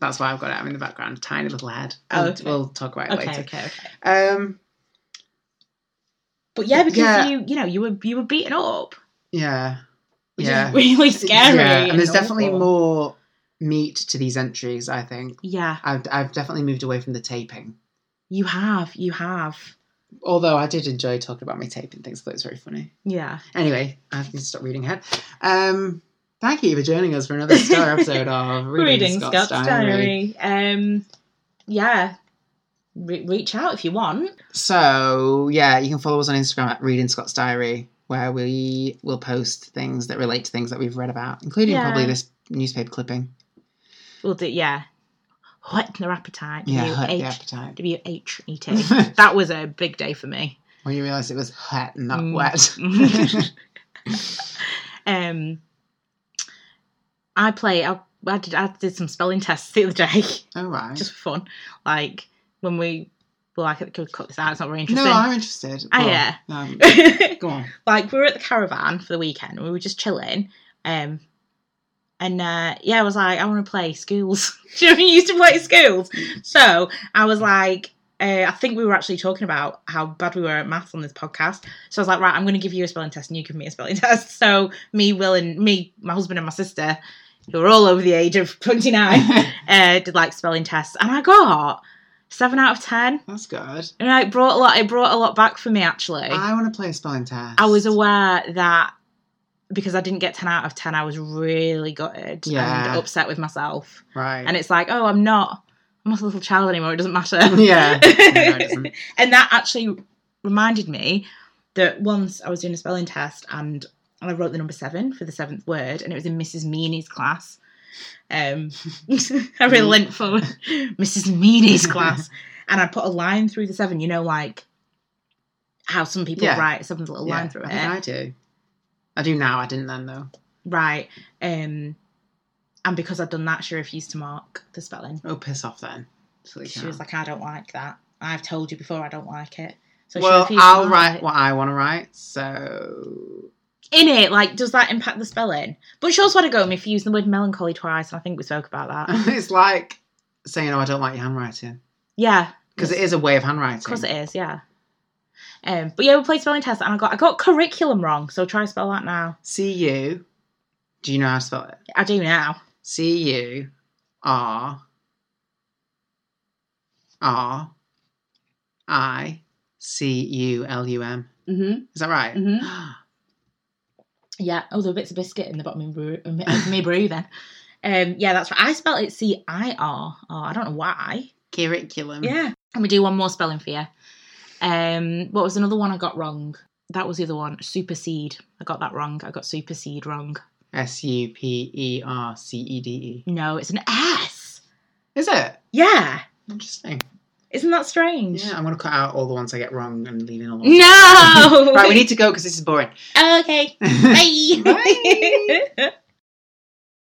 Speaker 1: That's why I've got it. I'm in the background. Tiny little head.
Speaker 2: Oh,
Speaker 1: We'll-
Speaker 2: okay.
Speaker 1: We'll talk about it
Speaker 2: Okay,
Speaker 1: later.
Speaker 2: okay, okay.
Speaker 1: Um,
Speaker 2: But yeah, because
Speaker 1: Yeah.
Speaker 2: you, you know, you were you were beaten up,
Speaker 1: yeah.
Speaker 2: which
Speaker 1: Yeah.
Speaker 2: is really scary.
Speaker 1: Yeah, and there's definitely
Speaker 2: awful.
Speaker 1: more meat to these entries, I think.
Speaker 2: Yeah,
Speaker 1: I've, I've definitely moved away from the taping.
Speaker 2: you have, you have.
Speaker 1: Although I did enjoy talking about my taping things, I thought it was very funny.
Speaker 2: Yeah.
Speaker 1: Anyway, I have to stop reading ahead. Um, thank you for joining us for another star episode of Reading,
Speaker 2: Reading
Speaker 1: Scott's,
Speaker 2: Scott's,
Speaker 1: Diary.
Speaker 2: diary. Um, yeah. Re- reach out if you want.
Speaker 1: So yeah, you can follow us on Instagram at Reading Scott's Diary, where we will post things that relate to things that we've read about, including
Speaker 2: Yeah.
Speaker 1: probably this newspaper clipping.
Speaker 2: We'll do yeah. Whet their appetite.
Speaker 1: Yeah,
Speaker 2: W
Speaker 1: hurt the
Speaker 2: H
Speaker 1: appetite.
Speaker 2: W H E T. That was a big day for me.
Speaker 1: when you realise it was hot, not
Speaker 2: Mm.
Speaker 1: wet.
Speaker 2: um, I play. I, I did. I did some spelling tests the other day
Speaker 1: All right.
Speaker 2: just for fun. Like when we were like, "Can we cut this out? It's not very
Speaker 1: no,
Speaker 2: interesting."
Speaker 1: I'm interested.
Speaker 2: Ah,
Speaker 1: Well,
Speaker 2: yeah.
Speaker 1: Um, go on.
Speaker 2: like we were at the caravan for the weekend. and We were just chilling. Um, and uh, yeah, I was like, I want to play schools. Do you know what I mean? You used to play schools? So I was like, uh, I think we were actually talking about how bad we were at maths on this podcast. So I was like, right, I'm going to give you a spelling test and you give me a spelling test. So me, Will, and me, my husband, and my sister, who are all over the age of 29, uh, did like spelling tests. And I got seven out of 10.
Speaker 1: That's good.
Speaker 2: And it brought a lot, it brought a lot back for me actually.
Speaker 1: I want to play a spelling test.
Speaker 2: I was aware that because I didn't get 10 out of 10, I was really gutted
Speaker 1: Yeah.
Speaker 2: and upset with myself.
Speaker 1: right.
Speaker 2: And it's like, oh, I'm not, I'm not a little child anymore. It doesn't matter.
Speaker 1: Yeah. No, it doesn't.
Speaker 2: and that actually reminded me that once I was doing a spelling test and and I wrote the number seven for the seventh word, and it was in Mrs. Meany's class. Um, I really leant forward, Mrs. Meany's class, and I put a line through the seven. You know, like how some people
Speaker 1: Yeah.
Speaker 2: write seven's little line through
Speaker 1: I
Speaker 2: it.
Speaker 1: think I do. I do now. I didn't then though.
Speaker 2: Right. Um and because I'd done that, she refused to mark the spelling.
Speaker 1: Oh, piss off then. Silly
Speaker 2: She
Speaker 1: cow.
Speaker 2: was like, I don't like that. I've told you before I don't like it. So she
Speaker 1: well,
Speaker 2: refused to
Speaker 1: I'll
Speaker 2: mark
Speaker 1: write
Speaker 2: it.
Speaker 1: what I want to write. So
Speaker 2: in it, like, does that impact the spelling? But she also had a go at me for using the word melancholy twice, and I think we spoke about that.
Speaker 1: it's like saying, "Oh, I don't like your handwriting,"
Speaker 2: yeah.
Speaker 1: because it is a way of handwriting.
Speaker 2: Because it is, yeah. Um, but yeah, we played spelling test and I got I got curriculum wrong, so try to spell that now.
Speaker 1: C U. Do you know how to spell it?
Speaker 2: I do now.
Speaker 1: C U R R I C U L U M.
Speaker 2: Mm-hmm.
Speaker 1: Is that right?
Speaker 2: Mhm. Yeah. Oh, there were bits of biscuit in the bottom of me, brew- of me brew then. Um, yeah, that's right. I spell it C I R R. I don't know why.
Speaker 1: Curriculum.
Speaker 2: Yeah. And we do one more spelling for you. Um, what was another one I got wrong? That was the other one. Supersede. I got that wrong. I got supersede wrong.
Speaker 1: S U P E R C E D E.
Speaker 2: No, it's an S.
Speaker 1: Is it?
Speaker 2: Yeah.
Speaker 1: Interesting.
Speaker 2: Isn't that strange?
Speaker 1: Yeah, I'm gonna cut out all the ones I get wrong and leave in all the ones.
Speaker 2: No.
Speaker 1: right, we need to go because this is boring.
Speaker 2: Okay. Bye.
Speaker 1: Bye.